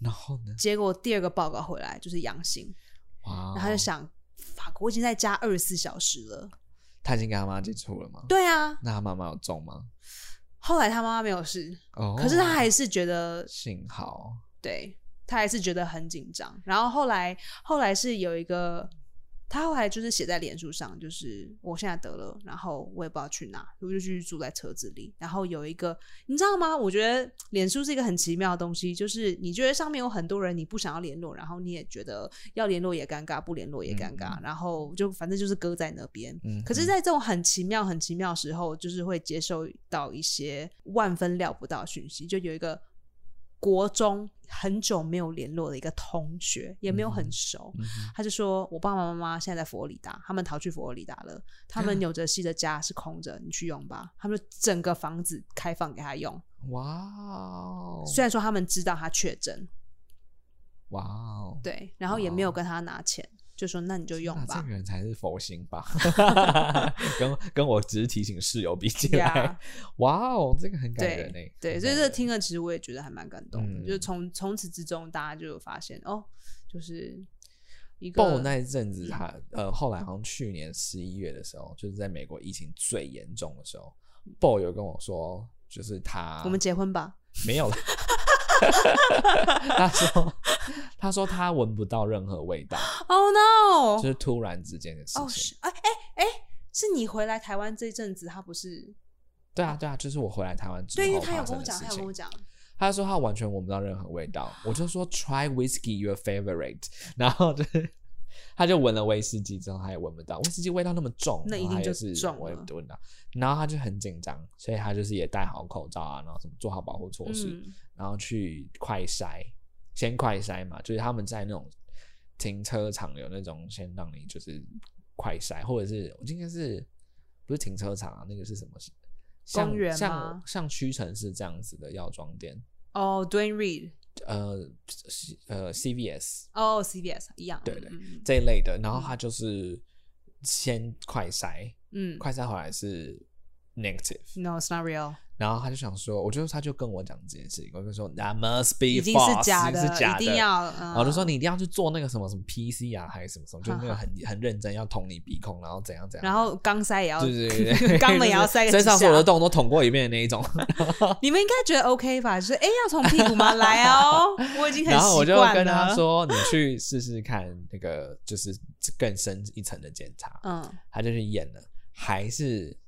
B: 然后呢？
A: 结果第二个报告回来就是阳性，
B: 哇、哦
A: 然后他就，想。法国已经在家二十四小时了，
B: 他已经跟他妈接触了吗？，
A: 对啊。
B: 那他妈妈有中吗？
A: 后来他妈妈没有事，
B: 哦，
A: 可是他还是觉得
B: 幸好，
A: 对他还是觉得很紧张。然后后来后来是有一个，他后来就是写在脸书上，就是我现在得了，然后我也不知道去哪，我就继续住在车子里。然后有一个，你知道吗？我觉得脸书是一个很奇妙的东西，就是你觉得上面有很多人你不想要联络，然后你也觉得要联络也尴尬，不联络也尴尬，然后就反正就是搁在那边。
B: 嗯，
A: 可是，
B: 嗯
A: 在这种很奇妙、很奇妙的时候，就是会接收到一些万分料不到的讯息。就有一个国中很久没有联络的一个同学，也没有很熟，
B: 嗯哼
A: 他就说：“我爸爸妈妈现在在佛罗里达，他们逃去佛罗里达了，他
B: 嗯
A: 们纽泽西的家是空着，你去用吧。”他们就整个房子开放给他用，
B: 哇哦，
A: 虽然说他们知道他确诊，
B: 哇哦，
A: 对，然后也没有跟他拿钱，就说：“那你就用
B: 那这
A: 吧
B: 个。”人才是佛心吧？ 跟跟我只是提醒室友比起来
A: Yeah，
B: 哇哦，这个很感人
A: 对
B: 诶，
A: 对，
B: 很
A: 所以
B: 感
A: 这
B: 人
A: 听了其实我也觉得还蛮感动的，
B: 嗯
A: 就是从从此之中大家就有发现哦，就是一个
B: Bo 那一阵
A: 嗯
B: 子他，呃，后来好像去年十一月的时候，就是在美国疫情最严重的时候，Bo 有跟我说，就是他
A: 我们结婚吧，
B: 没有了。 他说：“他说他闻不到任何味道，
A: 哦、
B: 就
A: no，
B: 是突然之间的事
A: 哦
B: 情。
A: 是哎哎哎，是你回来台湾这一阵子，他不是
B: 对啊，对啊，就是我回来台湾之
A: 对，因为
B: 后
A: 他有
B: 发
A: 跟我
B: 生的
A: 讲，
B: 事
A: 他有跟我
B: 情。
A: 讲，
B: 他说他完全闻不到任何味道。我就说 Try whiskey your favorite，然 后就是他就闻了威士忌之后，他也闻不到威士忌味道那么重，
A: 那一
B: 然后
A: 定
B: 他也
A: 就是中
B: 闻
A: 了
B: 闻到，然后他就很紧张，所以他就是也戴好口罩啊，然后什么做好保护措施。
A: 嗯
B: 然后去快筛，先快筛嘛，就是他们在那种停车场有那种先让你就是快筛，或者是我应该是不是停车场啊？那个是什么？像
A: 公园吗
B: 像像屈臣氏这样子的药妆店，
A: 哦 d w a y n Reed，
B: 呃呃 CVS
A: 哦 CBS 一样，
B: 对对
A: 嗯
B: 这一类的，然后他就是先快筛，
A: 嗯嗯
B: 快筛回来是 negative，
A: 嗯，No it's not real，
B: 然后他就想说，我就他就跟我讲这件事情，我就说 That must
A: 已
B: be
A: 经是
B: false，
A: 假
B: 一
A: 的，
B: 定是假
A: 一定要。嗯、
B: 然哦后就说你一定要去做那个什么什么 PC 啊，还是什么什么，就是那个
A: 哈哈
B: 很很认真要捅你鼻孔，然后怎样怎样。
A: 然后肛塞也要，
B: 对 对对对，
A: 肛门也要塞个
B: 身
A: 几下
B: 上所有的洞都捅过一遍的那 一种。
A: 你们应该觉得 OK 吧？就是哎，要从屁股吗？来哦，我已经很
B: 然后我
A: 习
B: 就
A: 惯啊
B: 跟
A: 了
B: 他，说，你去试试看那个就是更深一层的检查。
A: 嗯，
B: 他就去验了，还是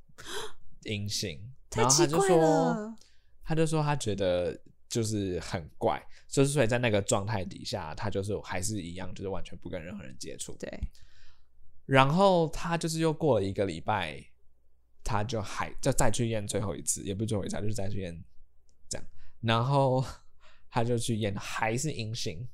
B: 阴性。
A: 太
B: 然后他
A: 奇
B: 就
A: 怪
B: 说，
A: 了，
B: 他就说他觉得就是很怪，就是所以在那个状态底下，他就是还是一样，就是完全不跟任何人接触。
A: 对，
B: 然后他就是又过了一个礼拜，他就还就再去验最后一次，也不是最后一次，他就是再去验这样，然后他就去验还是阴性。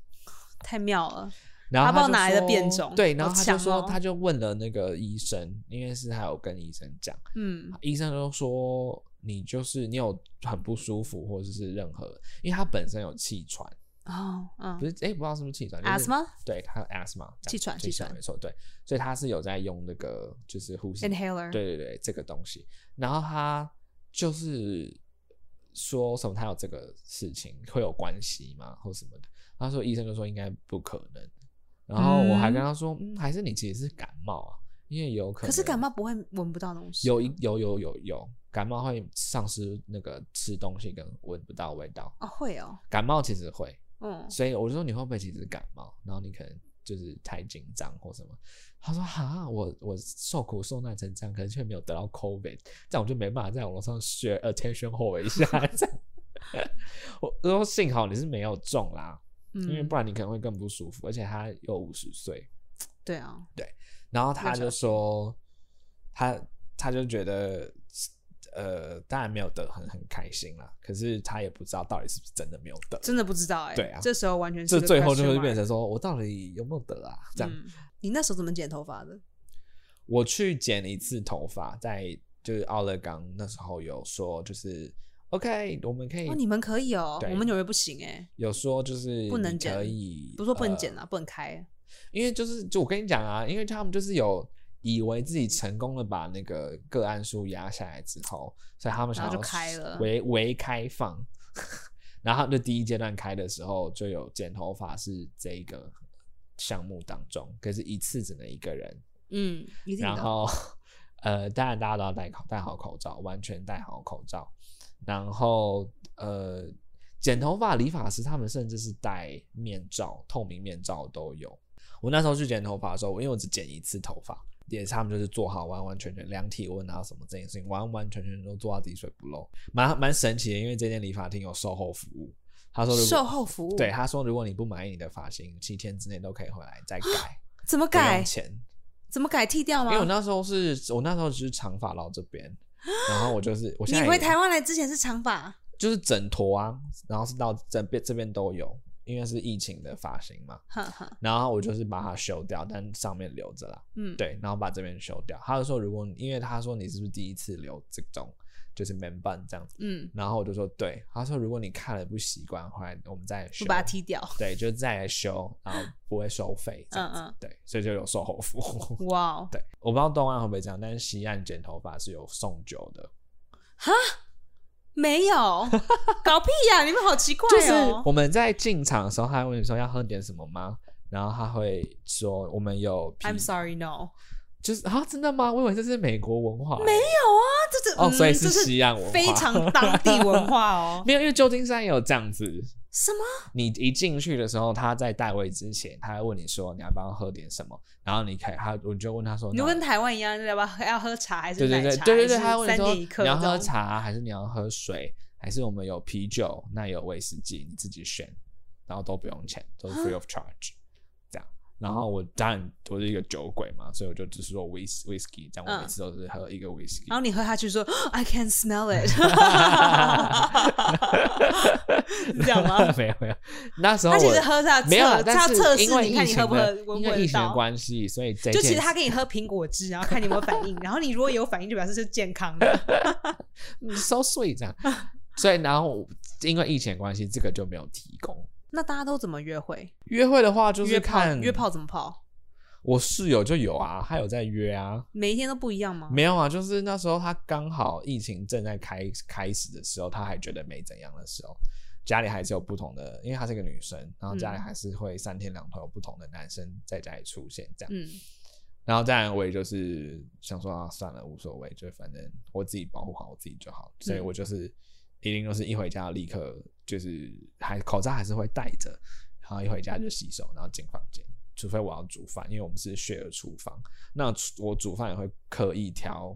A: 太妙了，
B: 然后
A: 他不知道
B: 就
A: 哪来的
B: 说
A: 变种
B: 对，然
A: 好
B: 后他就
A: 强
B: 说，
A: 哦
B: 他就问了那个医生，因为是他有跟医生讲，
A: 嗯，
B: 医生都说你就是你有很不舒服，或者是任何，因为他本身有气喘，
A: 哦，
B: 不
A: 嗯
B: 是哎、不知道是不是气喘、就是、
A: ，asthma
B: 对，他有 asthma
A: 气喘
B: 气
A: 气喘
B: 没错，对，所以他是有在用那个就是呼吸
A: inhaler，
B: 对对对，这个东西。然后他就是说什么他有这个事情会有关系吗，或什么的？他说医生就说应该不可能。然后我还跟他说，嗯，还是你其实是感冒啊，因为有可能。
A: 可是感冒不会闻不啊到东西，
B: 有一有有有有感冒会丧失那个吃东西跟闻不到味道，
A: 哦，会哦，
B: 感冒其实会。
A: 嗯，
B: 所以我就说你会不会其实感冒，然后你可能就是太紧张或什么。他说哈，我我受苦受难成这样，可是却没有得到 COVID，这样我就没办法在网络上 share attention 后一下。这样，我我说幸好你是没有中啦，
A: 嗯
B: 因为不然你可能会更不舒服，而且他又五十岁，
A: 对啊，
B: 然后他
A: 要小
B: 就说，他他就觉得，呃，当然没有得很很开心啦，可是他也不知道到底是不是真的没有得，
A: 真的不知道哎，
B: 对啊
A: 这时候完全
B: 这
A: 个
B: 最后就
A: question
B: 会
A: mark
B: 变成说我到底有没有得啊？这样，
A: 嗯你那时候怎么剪头发的？
B: 我去剪一次头发，在就是奥勒冈那时候有说，就是 OK，我们可以
A: 哦，你们可以哦，
B: 哎对
A: 我们纽约不行哎，
B: 有说就是
A: 不能
B: 你
A: 剪
B: 可以
A: 不是说不能剪
B: 呃
A: 啊，不能开，
B: 因为就是就我跟你讲啊，因为他们就是有以为自己成功的把那个个案数压下来之后，所以他们想
A: 然后
B: 要
A: 就开了
B: 微微开放。 然后他们就第一阶段开的时候就有剪头发是这一个项目当中，可是一次只能一个人，
A: 嗯，一定
B: 然
A: 的，
B: 后，呃，当然大家都要戴口戴好口罩，完全戴好口罩。然后，呃，剪头发理发师他们甚至是戴面罩，透明面罩都有。我那时候去剪头发的时候，因为我只剪一次头发，也是他们就是做好完完全全量体温啊什么这件事情，完完全全都做到滴水不漏，蛮蛮神奇的。因为这间理发厅有售后服务，他说如果
A: 售后服务，
B: 对，他说如果你不满意你的发型，七天之内都可以回来再改，
A: 怎么
B: 不用
A: 啊改？
B: 钱。
A: 怎么改？剃掉吗
B: 因为？我那时候是我那时候就是长发到这边，然后我就是我现
A: 你
B: 在
A: 回
B: 也
A: 台湾来之前是长发，
B: 就是整坨啊，然后是到这边这边都有，因为是疫情的发型嘛，
A: 哈哈，
B: 然后我就是把它修掉，但上面留着啦，
A: 嗯，，
B: 对，然后把这边修掉。他就说如果你因为他说你是不是第一次留这种就是 man bun 这样子，
A: 嗯，
B: 然后我就说对，他说如果你看了不习惯，后来我们再
A: 不
B: 修。
A: 把它剃掉，
B: 对，就再来修，然后不会收费这样子，
A: 嗯嗯
B: 对，所以就有售后服务。
A: 哇哦，
B: 对，我不知道东岸会不会这样，但是西岸剪头发是有送酒的，
A: 没有，搞屁呀！你们好奇怪
B: 就是
A: 哦，
B: 我们在进场的时候，他会问你说要喝点什么吗？然后他会说我们有啤
A: I'm sorry no，
B: 就是啊，真的吗？我以为这是美国文化欸，没
A: 没有啊，这是
B: 哦
A: 嗯
B: 所以是
A: 这是
B: 西岸文化，
A: 非常当地文化哦
B: 没有，因为旧金山也有这样子。
A: 什么？
B: 你一进去的时候，他在带位之前，他会问你说你要不要喝点什么，然后你可以他我就问他说
A: 你就
B: 那
A: 跟台湾一样，要不要要喝茶还是
B: 对对
A: 奶
B: 对
A: 茶？
B: 对对对，
A: 还是
B: 他会问
A: 三点
B: 你
A: 一
B: 说
A: 刻
B: 你要
A: 这种
B: 喝茶还是你要喝水，还是我们有啤酒，那也有威士忌，你自己选，然后都不用钱，都
A: 啊
B: 是 free of charge，这样。然后我当然我是一个酒鬼嘛，所以我就只是说 whis whisky，这样我每
A: 嗯
B: 次都是喝一个 whisky，、
A: 然后你喝下去说 I can smell it，是这样吗？
B: 没有没有，那时候
A: 他其
B: 我
A: 实喝下
B: 没有
A: 测
B: 啦，
A: 他
B: 但是
A: 测试
B: 因为
A: 你看
B: 疫
A: 你
B: 情
A: 喝不
B: 的
A: 喝闻
B: 因
A: 不
B: 为
A: 闻
B: 疫情的
A: 到。
B: 关系，所以这
A: 就其
B: 件
A: 实他给你喝苹果汁，然后看你有没有反应，然后你如果有反应，就表示是健康的。
B: 你 so sweet 这样，所以然后因为疫情的关系，这个就没有提供。
A: 那大家都怎么约会？
B: 约会的话就是
A: 约炮
B: 看
A: 约炮怎么泡？
B: 我室友就有啊，他有在约啊。
A: 每一天都不一样吗？
B: 没有啊，就是那时候他刚好疫情正在开开始的时候，他还觉得没怎样的时候，家里还是有不同的，因为她是一个女生，然后家里
A: 嗯
B: 还是会三天两头有不同的男生在家里出现这样。
A: 嗯，
B: 然后当然我也就是想说啊，算了，无所谓，就反正我自己保护好我自己就好。
A: 嗯
B: 所以我就是一定就是一回家立刻就是还口罩还是会戴着，然后一回家就洗手，然后进房间。除非我要煮饭，因为我们是 share 厨房，那我煮饭也会刻意挑，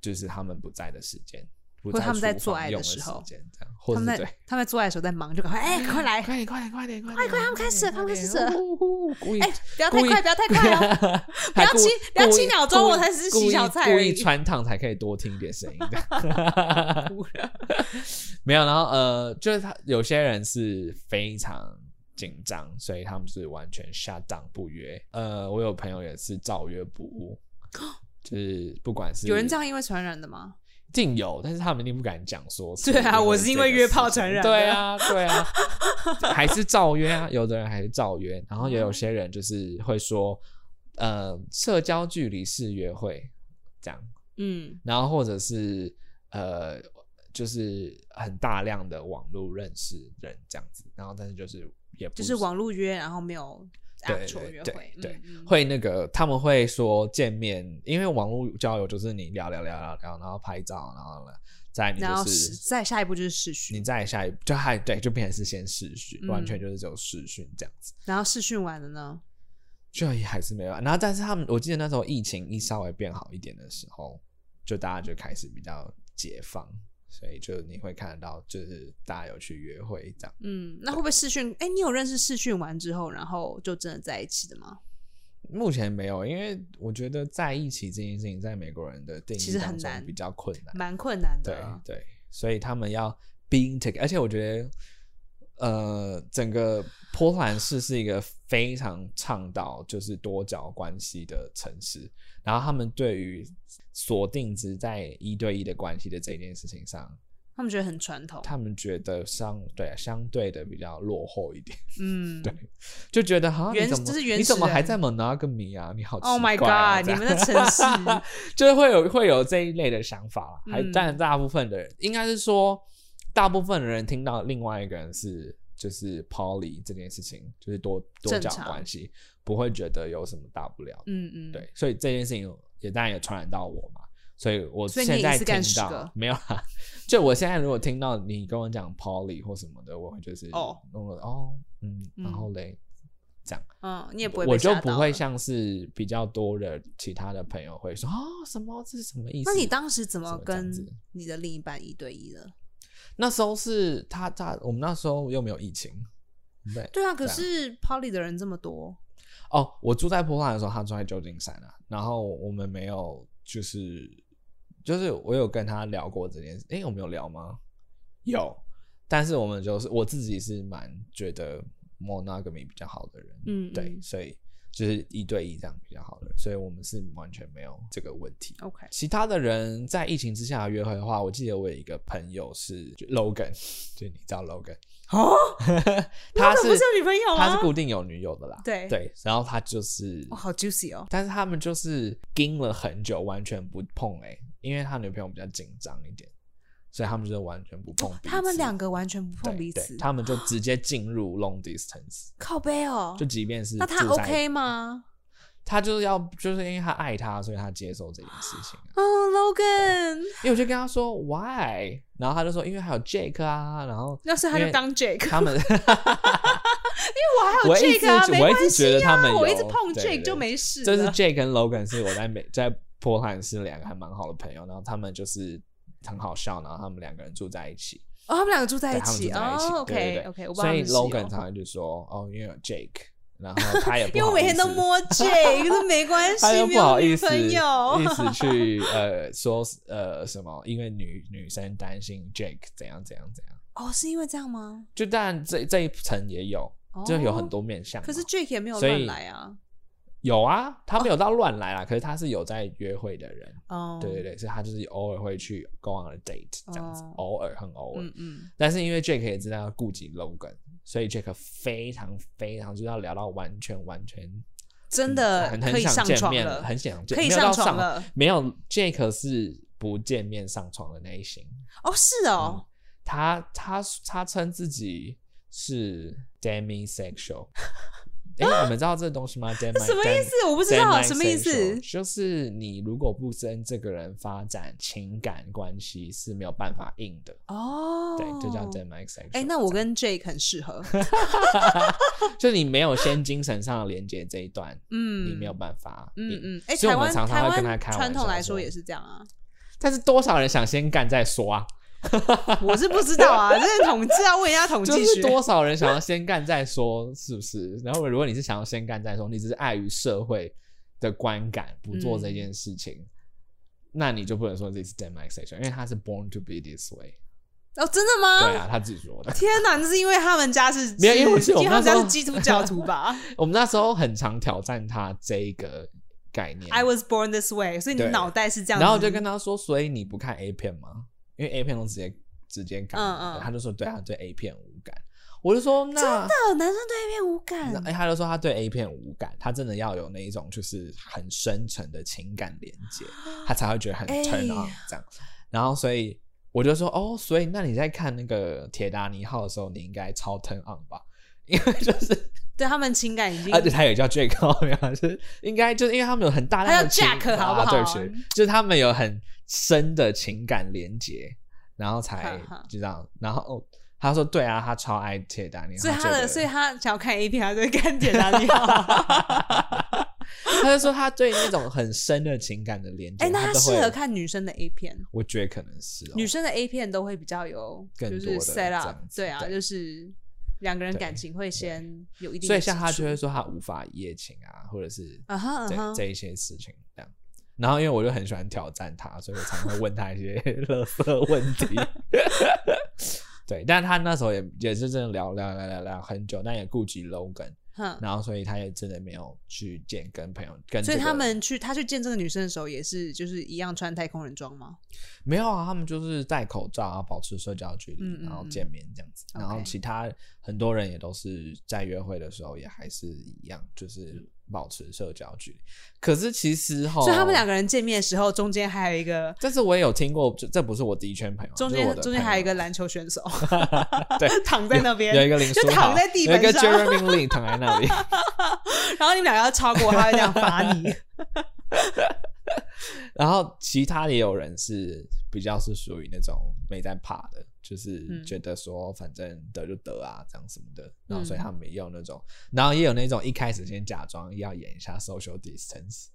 B: 就是他们不在的时间，不
A: 或他们在
B: 厨
A: 做
B: 房
A: 爱的
B: 用的
A: 时候
B: 间这样，或
A: 他
B: 者
A: 们
B: 对
A: 在，他们在做爱的时候在忙，就赶快 哎，快来！
B: 快点快点快点快点，
A: 快他们开始了他们开始了
B: 快点呼呼呼故意
A: 哎不要太
B: 故意
A: 快不要太快哦 不要
B: 还故意
A: 七不要
B: 故意
A: 七秒钟
B: 故意
A: 我才只是
B: 故
A: 洗
B: 意
A: 小菜
B: 故
A: 而
B: 意
A: 已
B: 穿烫才可以多听一点声音 的。 没有，然后呃，就是他有些人是非常紧张，所以他们是完全下档不约。呃，我有朋友也是照约不误，就是不管是
A: 有人这样因为传染的吗？
B: 一定有，但是他们一定不敢讲说。
A: 对啊我是因为约炮传染的
B: 对啊，对啊，还是照约啊。有的人还是照约，然后也有些人就是会说，呃，社交距离是约会这样，
A: 嗯
B: 然后或者是呃，就是很大量的网络认识人这样子，然后但是就是也不
A: 就是网络约，然后没有
B: 对
A: actual
B: 对
A: 约
B: 对
A: 会，
B: 对
A: 嗯，嗯
B: 会那个他们会说见面，因为网络交友就是你聊聊聊聊聊，然后拍照，然后呢，再你
A: 然后
B: 就是是
A: 再下一步就是视
B: 你
A: 讯，
B: 再下一就还对，就变成是先试训，
A: 嗯
B: 完全就是只有试训这样子，
A: 然后视讯完了呢，
B: 就也还是没办法。然后但是他们，我记得那时候疫情一稍微变好一点的时候，就大家就开始比较解放。所以就你会看得到，就是大家有去约会这样。
A: 嗯，那会不会视讯？哎，你有认识视讯完之后，然后就真的在一起的吗？
B: 目前没有，因为我觉得在一起这件事情，在美国人的定义
A: 其实很
B: 当中
A: 难
B: 比较困难。
A: 蛮困难
B: 对
A: 的啊，
B: 对，所以他们要 being together，而且我觉得，呃，整个波兰市是一个非常倡导就是多角关系的城市，然后他们对于锁定只在一对一的关系的这件事情上，
A: 他们觉得很传统，
B: 他们觉得相对、啊、相对的比较落后一点，
A: 嗯，
B: 对就觉得好像
A: 原
B: 你怎么
A: 这是原
B: 你怎么
A: 始
B: 还
A: 人
B: 在 monogamy 啊？你好奇怪、啊、
A: Oh my
B: 这
A: god！你
B: 样
A: 们的城市
B: 就是会有会有这一类的想法啦。还
A: 嗯
B: 但大部分的人，应该是说，大部分的人听到另外一个人是就是 poly 这件事情，就是多多
A: 正
B: 角
A: 常
B: 关系，不会觉得有什么大不了的。
A: 嗯嗯，
B: 对，所以这件事情也当然也传染到我嘛。所以我
A: 所以
B: 现
A: 你也一
B: 在
A: 次
B: 听
A: 干十
B: 到
A: 个
B: 没有啦， 就我现在如果听到你跟我讲 poly 或什么的，我会就是
A: 哦
B: 弄了哦，嗯，然
A: 嗯
B: 后嘞，这样。
A: 嗯，你也不会被
B: 我就
A: 吓
B: 不
A: 到
B: 会
A: 了。
B: 像是比较多的其他的朋友会说哦什么这是什么意思？
A: 那你当时怎么
B: 怎么这样
A: 跟
B: 子
A: 你的另一半一对一的？
B: 那时候是他他我们那时候又没有疫情，对
A: 对啊，可
B: 对啊
A: 是 Poly 的人这么多，
B: 哦，我住在波兰的时候，他住在旧金山啊，然后我们没有就是就是我有跟他聊过这件事，诶，我们有聊吗？有，但是我们就是我自己是蛮觉得 monogamy 比较好的人，
A: 嗯
B: 对，
A: 嗯
B: 所以就是一对一这样比较好的人，所以我们是完全没有这个问题。
A: OK，
B: 其他的人在疫情之下约会的话，我记得我有一个朋友是 Logan，就 你知道 Logan
A: 哦，
B: 他
A: 不是有女朋友吗
B: 他是固定有女友的啦，
A: 对
B: 对，然后他就是，
A: 哇，好 juicy 哦，
B: 但是他们就是盯了很久，完全不碰哎、因为他女朋友比较紧张一点，所以他们就是完全不碰彼
A: 哦
B: 此，
A: 他们两个完全不
B: 对
A: 碰彼
B: 对
A: 此，
B: 他们就直接进入 long distance，
A: 靠背哦
B: 就，即便是
A: 那他
B: 住在
A: OK 吗？
B: 他就是要就是因为他爱他，所以他接受这件事情啊。
A: 哦，Logan，
B: 因为我就跟他说 why，然后他就说因为还有 Jake 啊，然后
A: 要是他
B: 因
A: 就
B: 为
A: 当 Jake，
B: 他们，
A: 我
B: 我
A: 还有
B: 一直
A: Jake 啊，
B: 觉
A: 没
B: 我一
A: 关
B: 直觉
A: 系
B: 得他们
A: 啊，我一
B: 有
A: 直碰
B: 对对
A: Jake 就没事
B: 就是
A: 了
B: Jake 跟 Logan 是我在美在波兰是两个还蛮好的朋友，然后他们就是很好笑，然后他们两个人住在一起，
A: 哦，他们两个住在
B: 对，
A: 一
B: 他们
A: 起
B: 住在一起，
A: 哦，OK
B: 对对
A: OK，
B: 对
A: 我不知道
B: 所
A: 他
B: 以
A: 们室哦友
B: Logan 常常就说哦，因为有 Jake，然后他也 不
A: 因为我
B: 好
A: 每
B: 意
A: 天都
B: 思
A: 摸 Jake，都没关系
B: 他，又
A: 没
B: 不
A: 有
B: 好意
A: 女
B: 思，
A: 朋友
B: 一，直去呃说呃什么，因为女女生担心 Jake 怎样怎样怎样，
A: 哦，是因为这样吗？
B: 就当然这这一层也有，就有很
A: 哦
B: 多面向嘛。
A: 可是 Jake 也没有
B: 所
A: 乱
B: 以
A: 来啊。
B: 有啊，他没有到乱来啦，可是他是有在约会的人，
A: 哦，
B: 对对，对，所以他就是偶尔会去 go on a date 这样子，
A: 哦
B: 偶尔很偶尔。
A: 嗯嗯，
B: 但是因为 Jake 也知道要顾及 Logan，所以 Jake 非常非常就是要聊到完全完全
A: 真的
B: 很
A: 可
B: 很
A: 以上
B: 想见
A: 床
B: 面
A: 了，
B: 很想见，
A: 可以
B: 没有到
A: 上床
B: 上
A: 了。
B: 没有 Jake 是不见面上床的类型，嗯
A: 哦，是哦，
B: 他他他称自己是 demisexual。哎、你们知道这个东西吗？demi
A: 什么意思？我不
B: 不
A: 知道什么意思。
B: 就是你如果不跟这个人发展情感关系是没有办法硬的，
A: 哦，
B: 对，就叫 demisexual。
A: 哎，那我跟 Jake 很适 合，
B: 就你没有先精神上的连接这一段，
A: 嗯，
B: 你没有办法，
A: 嗯
B: 你。
A: 嗯，哎、
B: 所以
A: 台
B: 我们
A: 湾
B: 常常
A: 台
B: 会跟他
A: 湾
B: 开玩
A: 传统
B: 笑
A: 来
B: 说
A: 说也是这样 啊，
B: 但是多少人想先干再说啊？
A: 我是不知道啊，这是统计要问一下统
B: 就
A: 计
B: 是
A: 学。
B: 多少人想要先干再说，是不是？ 然后如果你是想要先干再说，你只是碍于社会的观感不做这件事情，
A: 嗯
B: 那你就不能说自己是 demisexual，因为他是 born to be this way。
A: 哦，真的吗？
B: 对啊，他自己说的。
A: 天哪，这是因为他们家是
B: 没有因为我记
A: 是
B: 得我
A: 他们
B: 那
A: 家
B: 时候
A: 是基督 教徒吧
B: 我们那时候很常挑战他这一个概念，
A: ？I was born this way，所以你
B: 对
A: 脑袋是这样子。
B: 然后我就跟他说：“所以你不看 A 片吗？因为 A 片都直接直接感
A: 嗯
B: 嘛。
A: 嗯
B: 他就说：“对啊，对 A 片无感。”我就说：“那
A: 哦，男生对面无
B: 那
A: 感
B: 哎、他就说他对 A 片无感，他真的要有那一种就是很深沉的情感连接，他才会觉得很
A: 哎
B: turn on 这样。然后所以我就说哦，所以那你在看那个铁达尼号的时候，你应该超 turn on 吧？因为就是，
A: 对他们情感已经
B: 而且啊他也叫 哦 Jack 后面，啊就是应该就是因为他们有很大量
A: 他
B: 的
A: 叫
B: 情
A: Jack，好不
B: 啊
A: 好
B: 对不起，就是他们有很深的情感连接，然后才
A: 哈哈
B: 就这样。然后、哦他说对啊，他超爱铁达尼号，
A: 所以他
B: 觉
A: 的
B: 得
A: 所以他想要看 A 片，他啊就会看铁达尼 号。
B: 他就说他对那种很深的情感的连接，
A: 哎、那
B: 他
A: 他
B: 都
A: 适
B: 会
A: 合，看女生的 A 片，
B: 我觉得可能是、哦、
A: 女生的 A 片都会比较有，
B: 更
A: 就
B: 多
A: 是
B: 的
A: set
B: 这
A: up，
B: 样子
A: 对啊，
B: 对
A: 就是两个人
B: 对
A: 感情会先有一定的基础，
B: 所以像他就会说他无法一夜情啊，或者是
A: 啊哈
B: 这、
A: 啊哈
B: 这一些事情这样。然后因为我就很喜欢挑战他，所以我常会问他一些 垃圾问题。 对，但他那时候也也是真的聊聊聊聊聊很久，但也顾及 Logan，
A: 哼，
B: 然后所以他也真的没有去见跟朋友跟、这
A: 所以
B: 个
A: 他们去他去见这个女生的时候，也是就是一样穿太空人装吗？
B: 没有啊，他们就是戴口罩啊，保持社交距离，
A: 嗯嗯
B: 然后
A: 嗯
B: 见面这样子。
A: OK
B: 然后其他很多人也都是在约会的时候也还是一样，就是保持社交距离。可是其实哈，
A: 所以他们两
B: 个，
A: 个人见面的时候，中间还有一个
B: 但是我也有听过，这这不是我第一圈朋友，
A: 中
B: 这是
A: 间
B: 我的
A: 中间
B: 朋友
A: 还有一个篮球选手
B: 对
A: 躺在那边
B: 有一个林
A: 就
B: 书豪
A: 躺在地板
B: 有一个
A: 上
B: Jeremy Lin 躺在 那里。
A: 然后你们两个要超过他，会这样罚 你。
B: 然后其他也有人是比较是属于那种没在怕的，就是
A: 嗯
B: 觉得说反正得就得啊，这样什么的。然后
A: 嗯
B: 所以他们也有那种，然后也有那种一开始先假装要演一下 social distance，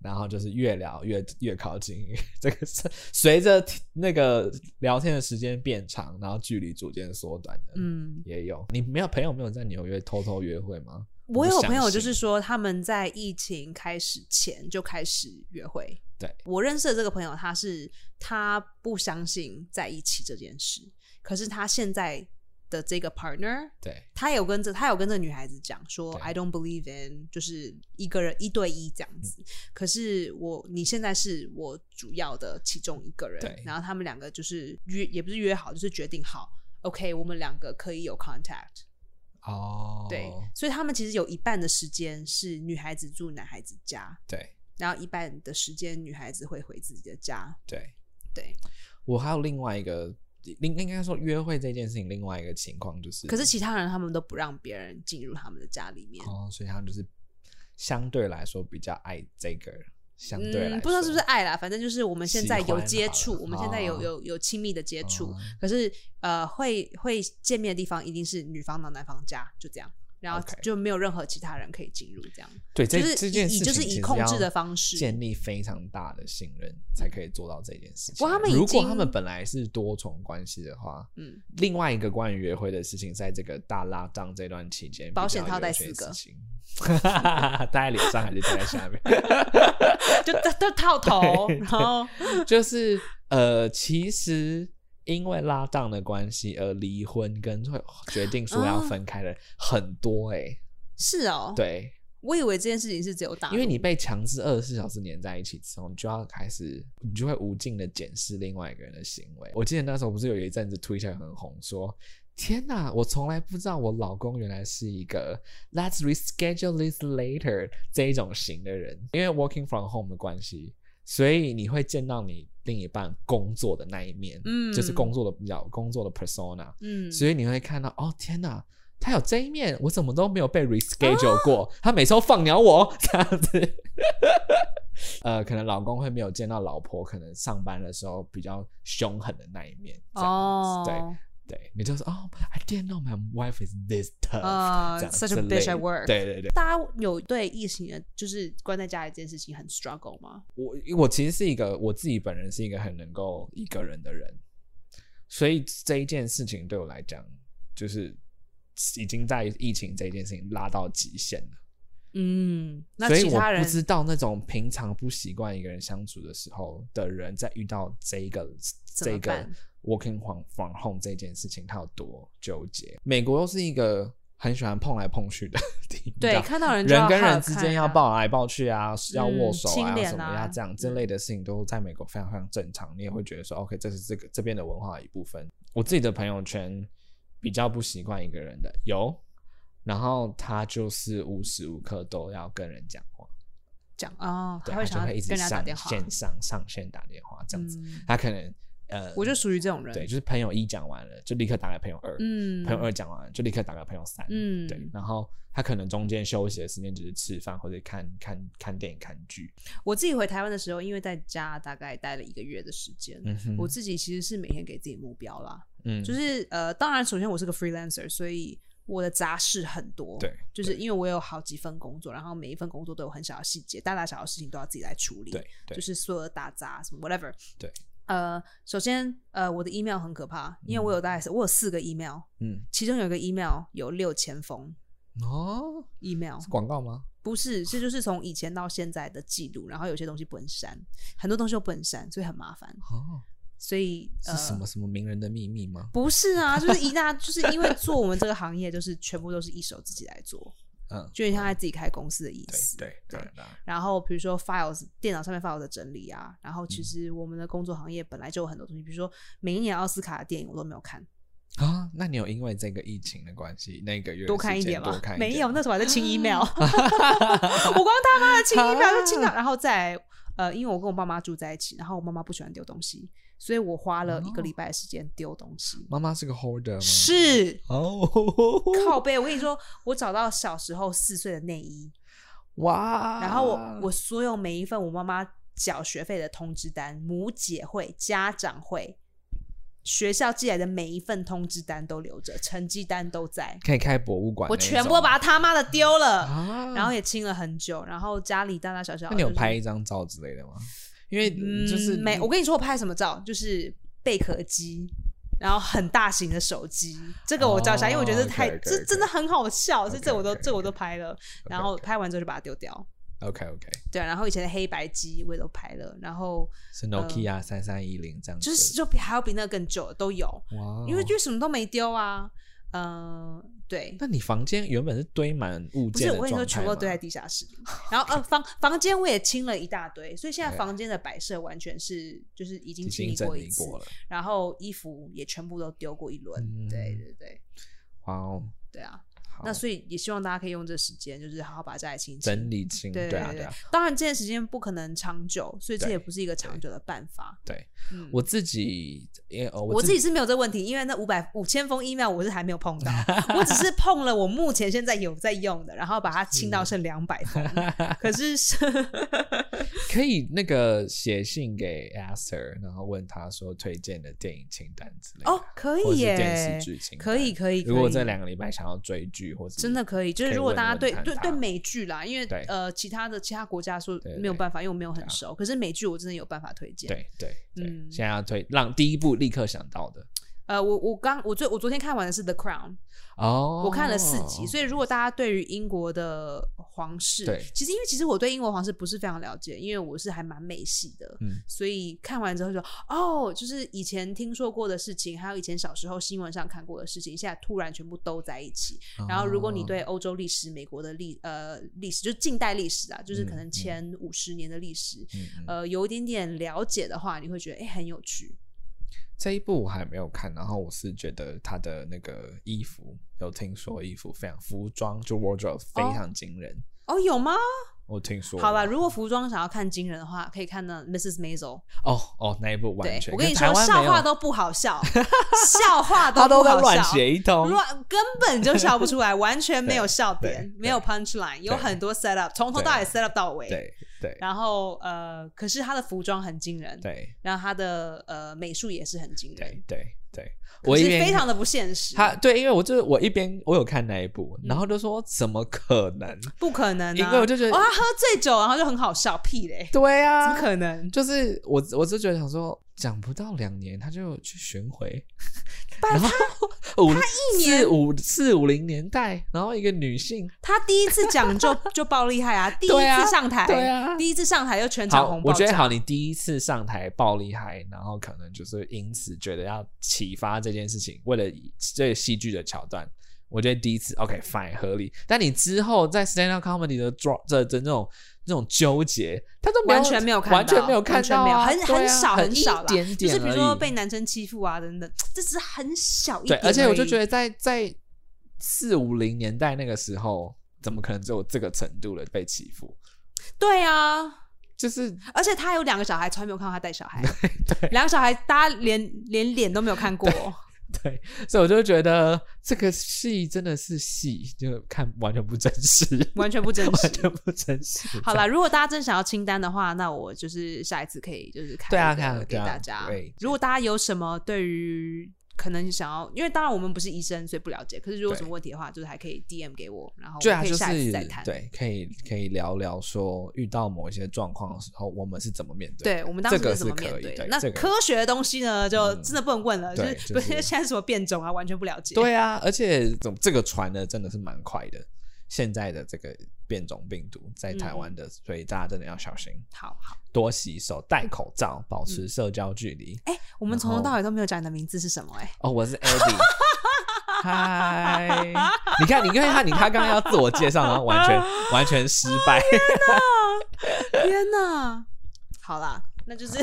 B: 然后就是越聊越越靠近。这个是随着那个聊天的时间变长，然后距离逐渐缩短的。
A: 嗯，
B: 也有，你没有朋友没有在纽约偷偷约会吗？
A: 我
B: 不
A: 有
B: 相
A: 朋友就
B: 信
A: 是说他们在疫情开始前就开始约会。
B: 对
A: 我认识的这个朋友，他是他不相信在一起这件事，可是他现在的这个 partner
B: 对，
A: 他有跟这他有跟这个女孩子讲说
B: 对
A: ，I don't believe in，就是一个人一对一这样
B: 嗯
A: 子。可是我你现在是我主要的其中一个人
B: 对，
A: 然后他们两个就是约也不是约好，就是决定好，OK，我们两个可以有 contact。
B: 哦，
A: 对，所以他们其实有一半的时间是女孩子住男孩子家，
B: 对
A: 然后一半的时间女孩子会回自己的家。
B: 对，
A: 对，
B: 我还有另外一个，应应该说约会这件事情，另外一个情况就是，
A: 可是其他人他们都不让别人进入他们的家里面。
B: 哦，所以他们就是相对来说比较爱这个，相对来说、
A: 嗯，不知道是不是爱啦，反正就是我们现在
B: 喜
A: 有
B: 欢
A: 接
B: 好
A: 触，
B: 了
A: 我们现在有
B: 哦
A: 有有亲密的接触
B: 哦，
A: 可是呃，会会见面的地方一定是女方到男方家，就这样，然后
B: OK
A: 就没有任何其他人可以进入，这样
B: 对这
A: 就是
B: 这
A: 以
B: 件事
A: 以
B: 情
A: 就是
B: 其
A: 以
B: 实
A: 控制
B: 要
A: 的方式
B: 建立非常大的信任，才可以做到这件事情。
A: 不过他们已
B: 如果他
A: 经
B: 们本来是多重关系的话，
A: 嗯，
B: 另外一个关于约会的事情，在这个大拉档这段期间，
A: 保险套带四个，
B: 戴在脸上还是戴在 下面？
A: 就都都 套头，然后
B: 就是呃，其实因为拉档的关系而离婚跟会决定说
A: 啊
B: 要分开的人很多哎、
A: 是哦，，
B: 对，
A: 我以为这件事情是只有打，
B: 因为你被强制二十四小时黏在一起之后，你就要开始，你就会无尽的检视另外一个人的行为。我记得那时候不是有一阵子推特很红说。天哪，我从来不知道我老公原来是一个 Let's reschedule this later 这一种型的人，因为 working from home 的关系，所以你会见到你另一半工作的那一面，
A: 嗯
B: 就是工作的比较工作的 persona，
A: 嗯，
B: 所以你会看到，哦，天哪。他有这一面，我怎么都没有
A: 啊
B: 被 reschedule 过。他每次都放鸟我 这样子，呃，可能老公会没有见到老婆，可能上班的时候比较凶狠的那一面。这样
A: 哦，
B: 子对，对，你就说哦，I didn't know my wife is this tough，、
A: 啊
B: 这样
A: such a
B: 之类
A: bitch at
B: 的
A: work
B: 对对对，
A: 大家有对疫情的，就是关在家里这件事情很 struggle 吗？
B: 我我其实是一个我自己本人是一个很能够一个人的人，所以这一件事情对我来讲，就是已经在疫情这一件事情拉到极限了。
A: 嗯，那
B: 所以
A: 其
B: 我
A: 他人
B: 不知道那种平常不习惯一个人相处的时候的人，在遇到这一个
A: 怎么
B: 这个
A: 办
B: working from from home 这件事情，他有多纠结。美国又是一个很喜欢碰来碰去的 地方，
A: 对看到人就
B: 人
A: 要
B: 跟
A: 好好
B: 人之间
A: 看
B: 要
A: 啊
B: 抱来抱去啊，要握手
A: 亲
B: 啊，
A: 脸
B: 什么
A: 啊
B: 呀、这样这
A: 嗯
B: 类的事情都在美国非常非常正常。你也会觉得说，OK，这是这个这边的文化的一部分。我自己的朋友圈比较不习惯一个人的有，然后他就是无时无刻都要跟人讲话，
A: 讲哦，
B: 对，
A: 会
B: 就
A: 想要
B: 会一
A: 跟
B: 直
A: 人家打
B: 上
A: 电话，
B: 线上上线打电话这样子。
A: 嗯
B: 他可能呃，
A: 我就属于这种人，
B: 对，就是朋友一讲完了，就立刻打给朋友二，
A: 嗯，
B: 朋友呃二讲完了就立刻打给朋友三，
A: 嗯
B: 对，然后他可能中间休息的时间只是吃饭或者看看看电影、看剧，
A: 我自己回台湾的时候，因为在家大概待了一个月的时间，
B: 嗯哼，
A: 我自己其实是每天给自己目标啦，
B: 嗯
A: 就是呃，当然首先我是个 freelancer，所以我的杂事很多，
B: 对，
A: 就是因为我有好几份工作，然后每一份工作都有很小的细节，大大小小的事情都要自己来处理，
B: 对对
A: 就是所有的打杂什么 whatever，
B: 对。
A: 呃，首先，呃，我的 email 很可怕，因为我有大概是，我有四个 email，
B: 嗯
A: 其中有一个 email 有六千封
B: 哦，
A: email，
B: 是广告吗？
A: 不是，这就是从以前到现在的记录，然后有些东西不能删，很多东西都不能删，所以很麻烦。
B: 哦，
A: 所以
B: 是
A: 呃，
B: 什么什么名人的秘密吗？
A: 不是啊，就是一大，就是因为做我们这个行业，就是全部都是一手自己来做，
B: 嗯，
A: 就很像他自己开公司的意
B: 对
A: 思。
B: 对当然当然
A: 然后比如说 files 电脑上面 files 的整理啊，然后
B: 嗯
A: 其实我们的工作行业本来就有很多东西，比如说每一年奥斯卡的电影我都没有看，
B: 啊，那你有因为这个疫情的关系，那个月的
A: 多看一
B: 时间
A: 点嘛
B: 多看，一
A: 没
B: 点
A: 有，
B: 吗
A: 那时候还在清 email，我光 他妈的清 email 就清到，然后再来呃，因为我跟我爸妈住在一起，然后我妈妈不喜欢丢东西，所以我花了一个礼拜的时间丢东西。
B: 妈妈是个 holder 吗？
A: 是
B: 哦，
A: 靠背，我跟你说，我找到小时候四岁的内衣，
B: 哇！
A: 然后我
B: 啊
A: 我所有每一份我妈妈缴学费的通知单、母姐会、家长会。学校寄来的每一份通知单都留着，成绩单都在，
B: 可以开博物啊馆那
A: 我
B: 一种，
A: 全部都把它他妈的丢了。
B: 啊，
A: 然后也清了很久，然后家里大大小小、
B: 那你有拍一？张照之类的吗？因为
A: 嗯，
B: 就是
A: 没。我跟你说，我拍什么照？就是贝壳机，然后很大型的手机，这个我照下，因为我觉得
B: 哦
A: 太
B: OK，OK，OK
A: 这真的很好笑，这这我都
B: OK，OK，OK
A: 这我都拍了，然后拍完之后就把它丢掉。
B: OK OK，
A: 对，啊然后以前的黑白机我也都拍了，然后
B: 是 Nokia 三三一零这样子，
A: 呃就是就比还有比那个更久的都有，
B: 哇哦，
A: 因为就什么都没丢啊，嗯，对。
B: 那你房间原本是堆满物
A: 不是，
B: 件的
A: 我跟你说，
B: 状
A: 全
B: 态
A: 部
B: 吗
A: 都堆在地下室里。然后呃，房房间我也清了一大堆，所以现在
B: OK
A: 房间的摆设完全是就是已经
B: 哎已
A: 清理
B: 经整
A: 过一
B: 理
A: 次，
B: 过了，
A: 然后衣服也全部都丢过一轮。
B: 嗯
A: 对对对
B: 哇哦，
A: 对啊！
B: 好
A: 那所以也希望大家可以用这时间，就是好好把家里清一清。
B: 整理清
A: 对
B: 啊
A: 对
B: 对啊，
A: 当然这段时间不可能长久，所以这
B: 对
A: 也不是一个长久的办法。
B: 对
A: 嗯，
B: 我自己也呃
A: 我
B: 我
A: 自己是没有这个问题，因为那五百五千封 email 我是还没有碰 到，我只是碰了我目前现在有在用的，然后把它清到剩两百 封。可是是
B: 可以那个写信给 Aster，然后问他说推荐的电影清单之类的
A: 哦，，可
B: 或
A: 以
B: 是
A: 耶，
B: 电视剧清单
A: 可以可以。
B: 如果
A: 可以
B: 这两个礼拜想要追剧或者
A: 真的可以，就是如果大家对对对
B: 美
A: 美剧啦，因为
B: 啊对
A: 呃其他的其他国家说
B: 对对
A: 没有办法，因为我没有
B: 对
A: 很
B: 啊
A: 熟，可是美剧我真的有办法推荐。，
B: 对对对，
A: 嗯
B: 现在要推让第一步立刻想到的
A: 呃，我我刚我最我昨天看完的是《The Crown》，
B: 哦，
A: 我看了四集，所以如果大家对于英国的皇室
B: 对，
A: 其实因为其实我对英国皇室不是非常了解，因为我是还蛮美系的，
B: 嗯
A: 所以看完之后就哦，就是以前听说过的事情，还有以前小时候新闻上看过的事情，现在突然全部都在一起。然后，如果
B: 哦
A: 你对欧洲历史、美国的历呃历史，就是近代历史啊，就是可
B: 嗯
A: 能
B: 嗯
A: 前五十年的历史，
B: 嗯嗯
A: 呃，有一点点了解的话，你会觉得哎、诶很有趣。
B: 这一部我还没有看，然后我是觉得他的那个衣服，有听说衣服非常服装就 wardrobe 非常惊人，
A: 哦，有吗？
B: 我听说。
A: 好啦，，如果服装想要看惊人的话，可以看到 Mrs. Maisel。
B: 哦哦，那一部完
A: 对
B: 全，
A: 我跟你
B: 可是台
A: 说，
B: 湾没
A: 笑
B: 有
A: 话都不好笑，笑话
B: 他
A: 不
B: 在
A: 好
B: 乱
A: 笑。
B: 写一通，
A: 乱根本就笑不出来，完全没有笑点
B: 对，
A: 没有 punch line，有很多 set up，从头到尾 set up 到尾。
B: 对对
A: 然后呃，可是他的服装很惊人，
B: 对
A: 然后他的呃美术也是很惊
B: 对
A: 人，
B: 对对，
A: 可
B: 我一
A: 是
B: 边
A: 非常的不现实，
B: 他对，因为我就是我一边我有看那一部，
A: 嗯
B: 然后就说怎么可能？
A: 不可能啊。
B: 因为我就觉得
A: 哦，他喝醉酒，然后就很好笑，屁嘞，
B: 对
A: 怎
B: 啊
A: 么，可能？
B: 就是我我就觉得想说，讲不到两年他就去巡 回，
A: 拜
B: 然后 五
A: 年
B: 四五四五零年代，然后一个女性，
A: 他第一次讲就就爆厉害啊，第一
B: 对啊
A: 次上台，
B: 对啊
A: 第一次上台就全场
B: 好
A: 红，爆
B: 我觉得
A: 炸
B: 好，你第一次上台爆厉害，然后可能就是因此觉得要启发这件事情，为了以这个戏剧的桥段，我觉得第一次 OK fine 合理，但你之后在 stand up comedy 的 draw 的的那种那种纠结，他都没有
A: 完全没有看到，
B: 完全没有看到、啊，
A: 完全没有很
B: 对啊
A: 很少
B: 很
A: 少啦
B: 一点点而
A: 就是
B: 已，
A: 比如说被男生欺负啊等等，这只是很小一
B: 对，
A: 点。
B: 而且我就觉
A: 得，
B: 得在在四五零年代那个时候，怎么可能只有这个程度的被欺负？
A: 对啊，
B: 就是
A: 而且他有两个小孩，从来没有看到他带小孩，两个小孩大家连连脸都没有看过，
B: 对，所以我就觉得这个戏真的是戏，就看完全不真实，
A: 完全不真
B: 完
A: 实。
B: 全不真实。
A: 好啦，如果大家真想要清单的话，那我就是下一次可以就是开
B: 对啊
A: 一个
B: 对啊
A: 给
B: 对啊
A: 大家
B: 对。
A: 如果大家有什么对于可能想要，因为当然我们不是医生，所以不了解。可是如果有什么问题的话，就是还可以 DM 给我，然后我
B: 对
A: 们
B: 啊，
A: 可以
B: 就
A: 下一次再
B: 是
A: 谈。
B: 对，可以可以聊聊说遇到某一些状况的时候，我们是怎么面对的。
A: 对我们当时
B: 这个
A: 怎
B: 是
A: 么
B: 可
A: 面
B: 以
A: 对
B: 对
A: 的？那
B: 这个
A: 科学的东西呢，就
B: 嗯
A: 真的不能问了，就
B: 对
A: 是
B: 就
A: 不是
B: 是
A: 现在什么变种啊，完全不了解。
B: 对啊，而且怎么这个传的真的是蛮快的，现在的这个变种病毒在
A: 嗯
B: 台湾的，所以大家真的要小心，
A: 好好，
B: 多洗手，戴口罩，保
A: 嗯
B: 持社交距离。
A: 哎，我们
B: 然
A: 从头
B: 后
A: 到尾都没有讲你的名字是什么，哎，
B: 哦，我是 Eddie。嗨，你看，你看他，你看他刚刚要自我介绍，然 后完全完全失败。
A: 天哪！好啦，那就是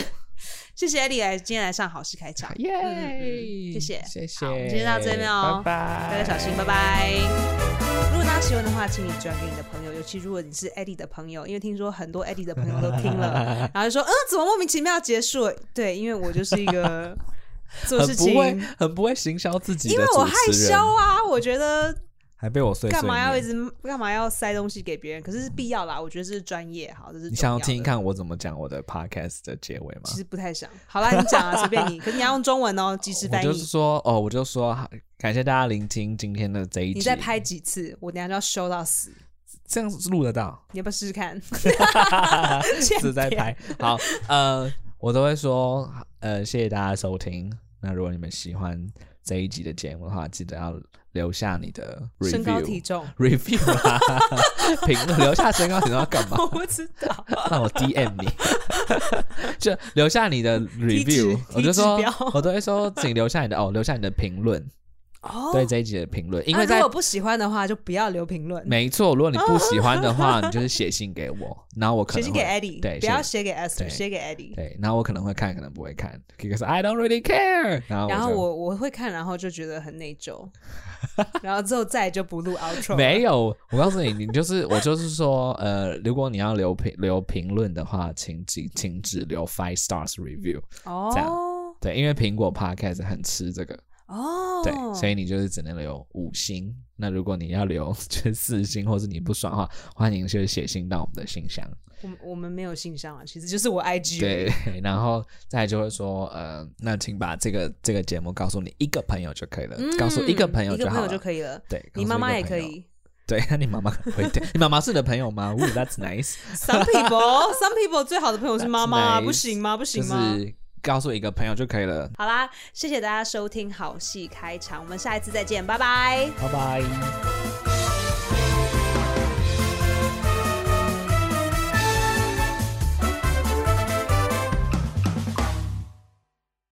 A: 谢谢艾莉来今天来上好事开场，
B: 耶、
A: 嗯嗯谢谢
B: 谢谢，
A: 好我们今天到这边哦
B: 拜
A: 大
B: 拜，
A: 家小心，拜 拜。如果大家喜欢的话，请你转给你的朋友，尤其如果你是 Eddie 的朋友，因为听说很多 Eddie 的朋友都听了，然后就说，嗯，怎么莫名其妙结束了？对，因为我就是一个做事
B: 很不
A: 情，
B: 会，很不会行销自己
A: 因
B: 的
A: 为
B: 主持人，
A: 我害羞啊，我觉得
B: 还被我碎碎
A: 干嘛要一
B: 念
A: 直干嘛要塞东西给别人？可是是必要啦，我觉得这是专业，好，这是
B: 你想要
A: 重的
B: 听听，看我怎么讲我的 podcast 的结尾吗？
A: 其实不太想。好啦，你讲啊，随 便你，可是你要用中文哦，及时
B: 我
A: 翻
B: 就是
A: 译。
B: 说，哦，我就说，感谢大家聆听今天的这一集。
A: 你再拍几次，我等一下就要修到死。
B: 这样录得到？
A: 你要不要试试看？
B: 一直在拍。好，呃，我都会说，呃，谢谢大家收听。那如果你们喜欢这一集的节目的话，记得要留下你的
A: 身高体
B: review。
A: 重，
B: review 啊，评论留下身高体重要干嘛
A: 我？不知道。
B: 让我 DM 你， 就留下你的 review，我
A: 体
B: 就
A: 脂
B: 说
A: 标，
B: 我都会说，请留下你的哦，留下你的评论，
A: 哦，
B: 对这一集的评论，因
A: 啊
B: 为
A: 如
B: 在
A: 果不喜欢的话，就不要留评论，
B: 没错，如果你不喜欢 的话，你就是写信给我，然后我可
A: 写
B: 能
A: 信给
B: 会
A: Eddie，
B: 对
A: 不要
B: 写
A: 写给 S，
B: 对
A: 写给 Eddie。
B: 对，然后我可能会看，可能不会看，可以说 I don't really care，然后
A: 然后
B: 就
A: 我我会看，然后就觉得很内 疚，然后之后再也就不录 outro 了。
B: 没有，我告诉你，你就是我就是说，呃，如果你要留评留评论的话，请只请只留 five stars review，这样
A: 哦
B: 对，因为苹果 podcast 很吃这个，
A: 哦，
B: 对，所以你就是只能留五星。那如果你要留 就是四星，或是你不爽的话，欢迎就是写信到我们的信箱。
A: 我们我们没有信箱啊，其实就是我 IG 而已。
B: 对， 然后再来就会说，呃，那请把这个这个节目告诉你一个朋友就可以了，
A: 嗯，
B: 告诉一个朋友
A: 一个
B: 就好
A: 朋友
B: 了。
A: 就可以了。
B: 对，告诉
A: 你
B: 一
A: 妈
B: 个
A: 妈也
B: 朋
A: 可
B: 友。
A: 以。
B: 对，那你妈妈可能会点， 你妈妈是你的朋友吗？Ooh, that's nice。
A: Some people, some people 最好的朋友 是妈妈，啊
B: That's nice
A: 不行吗？不
B: 就
A: 行吗？
B: 是告诉一个朋友就可以了。
A: 好啦，谢谢大家收听好戏开场，我们下一次再见，拜拜。
B: 拜拜。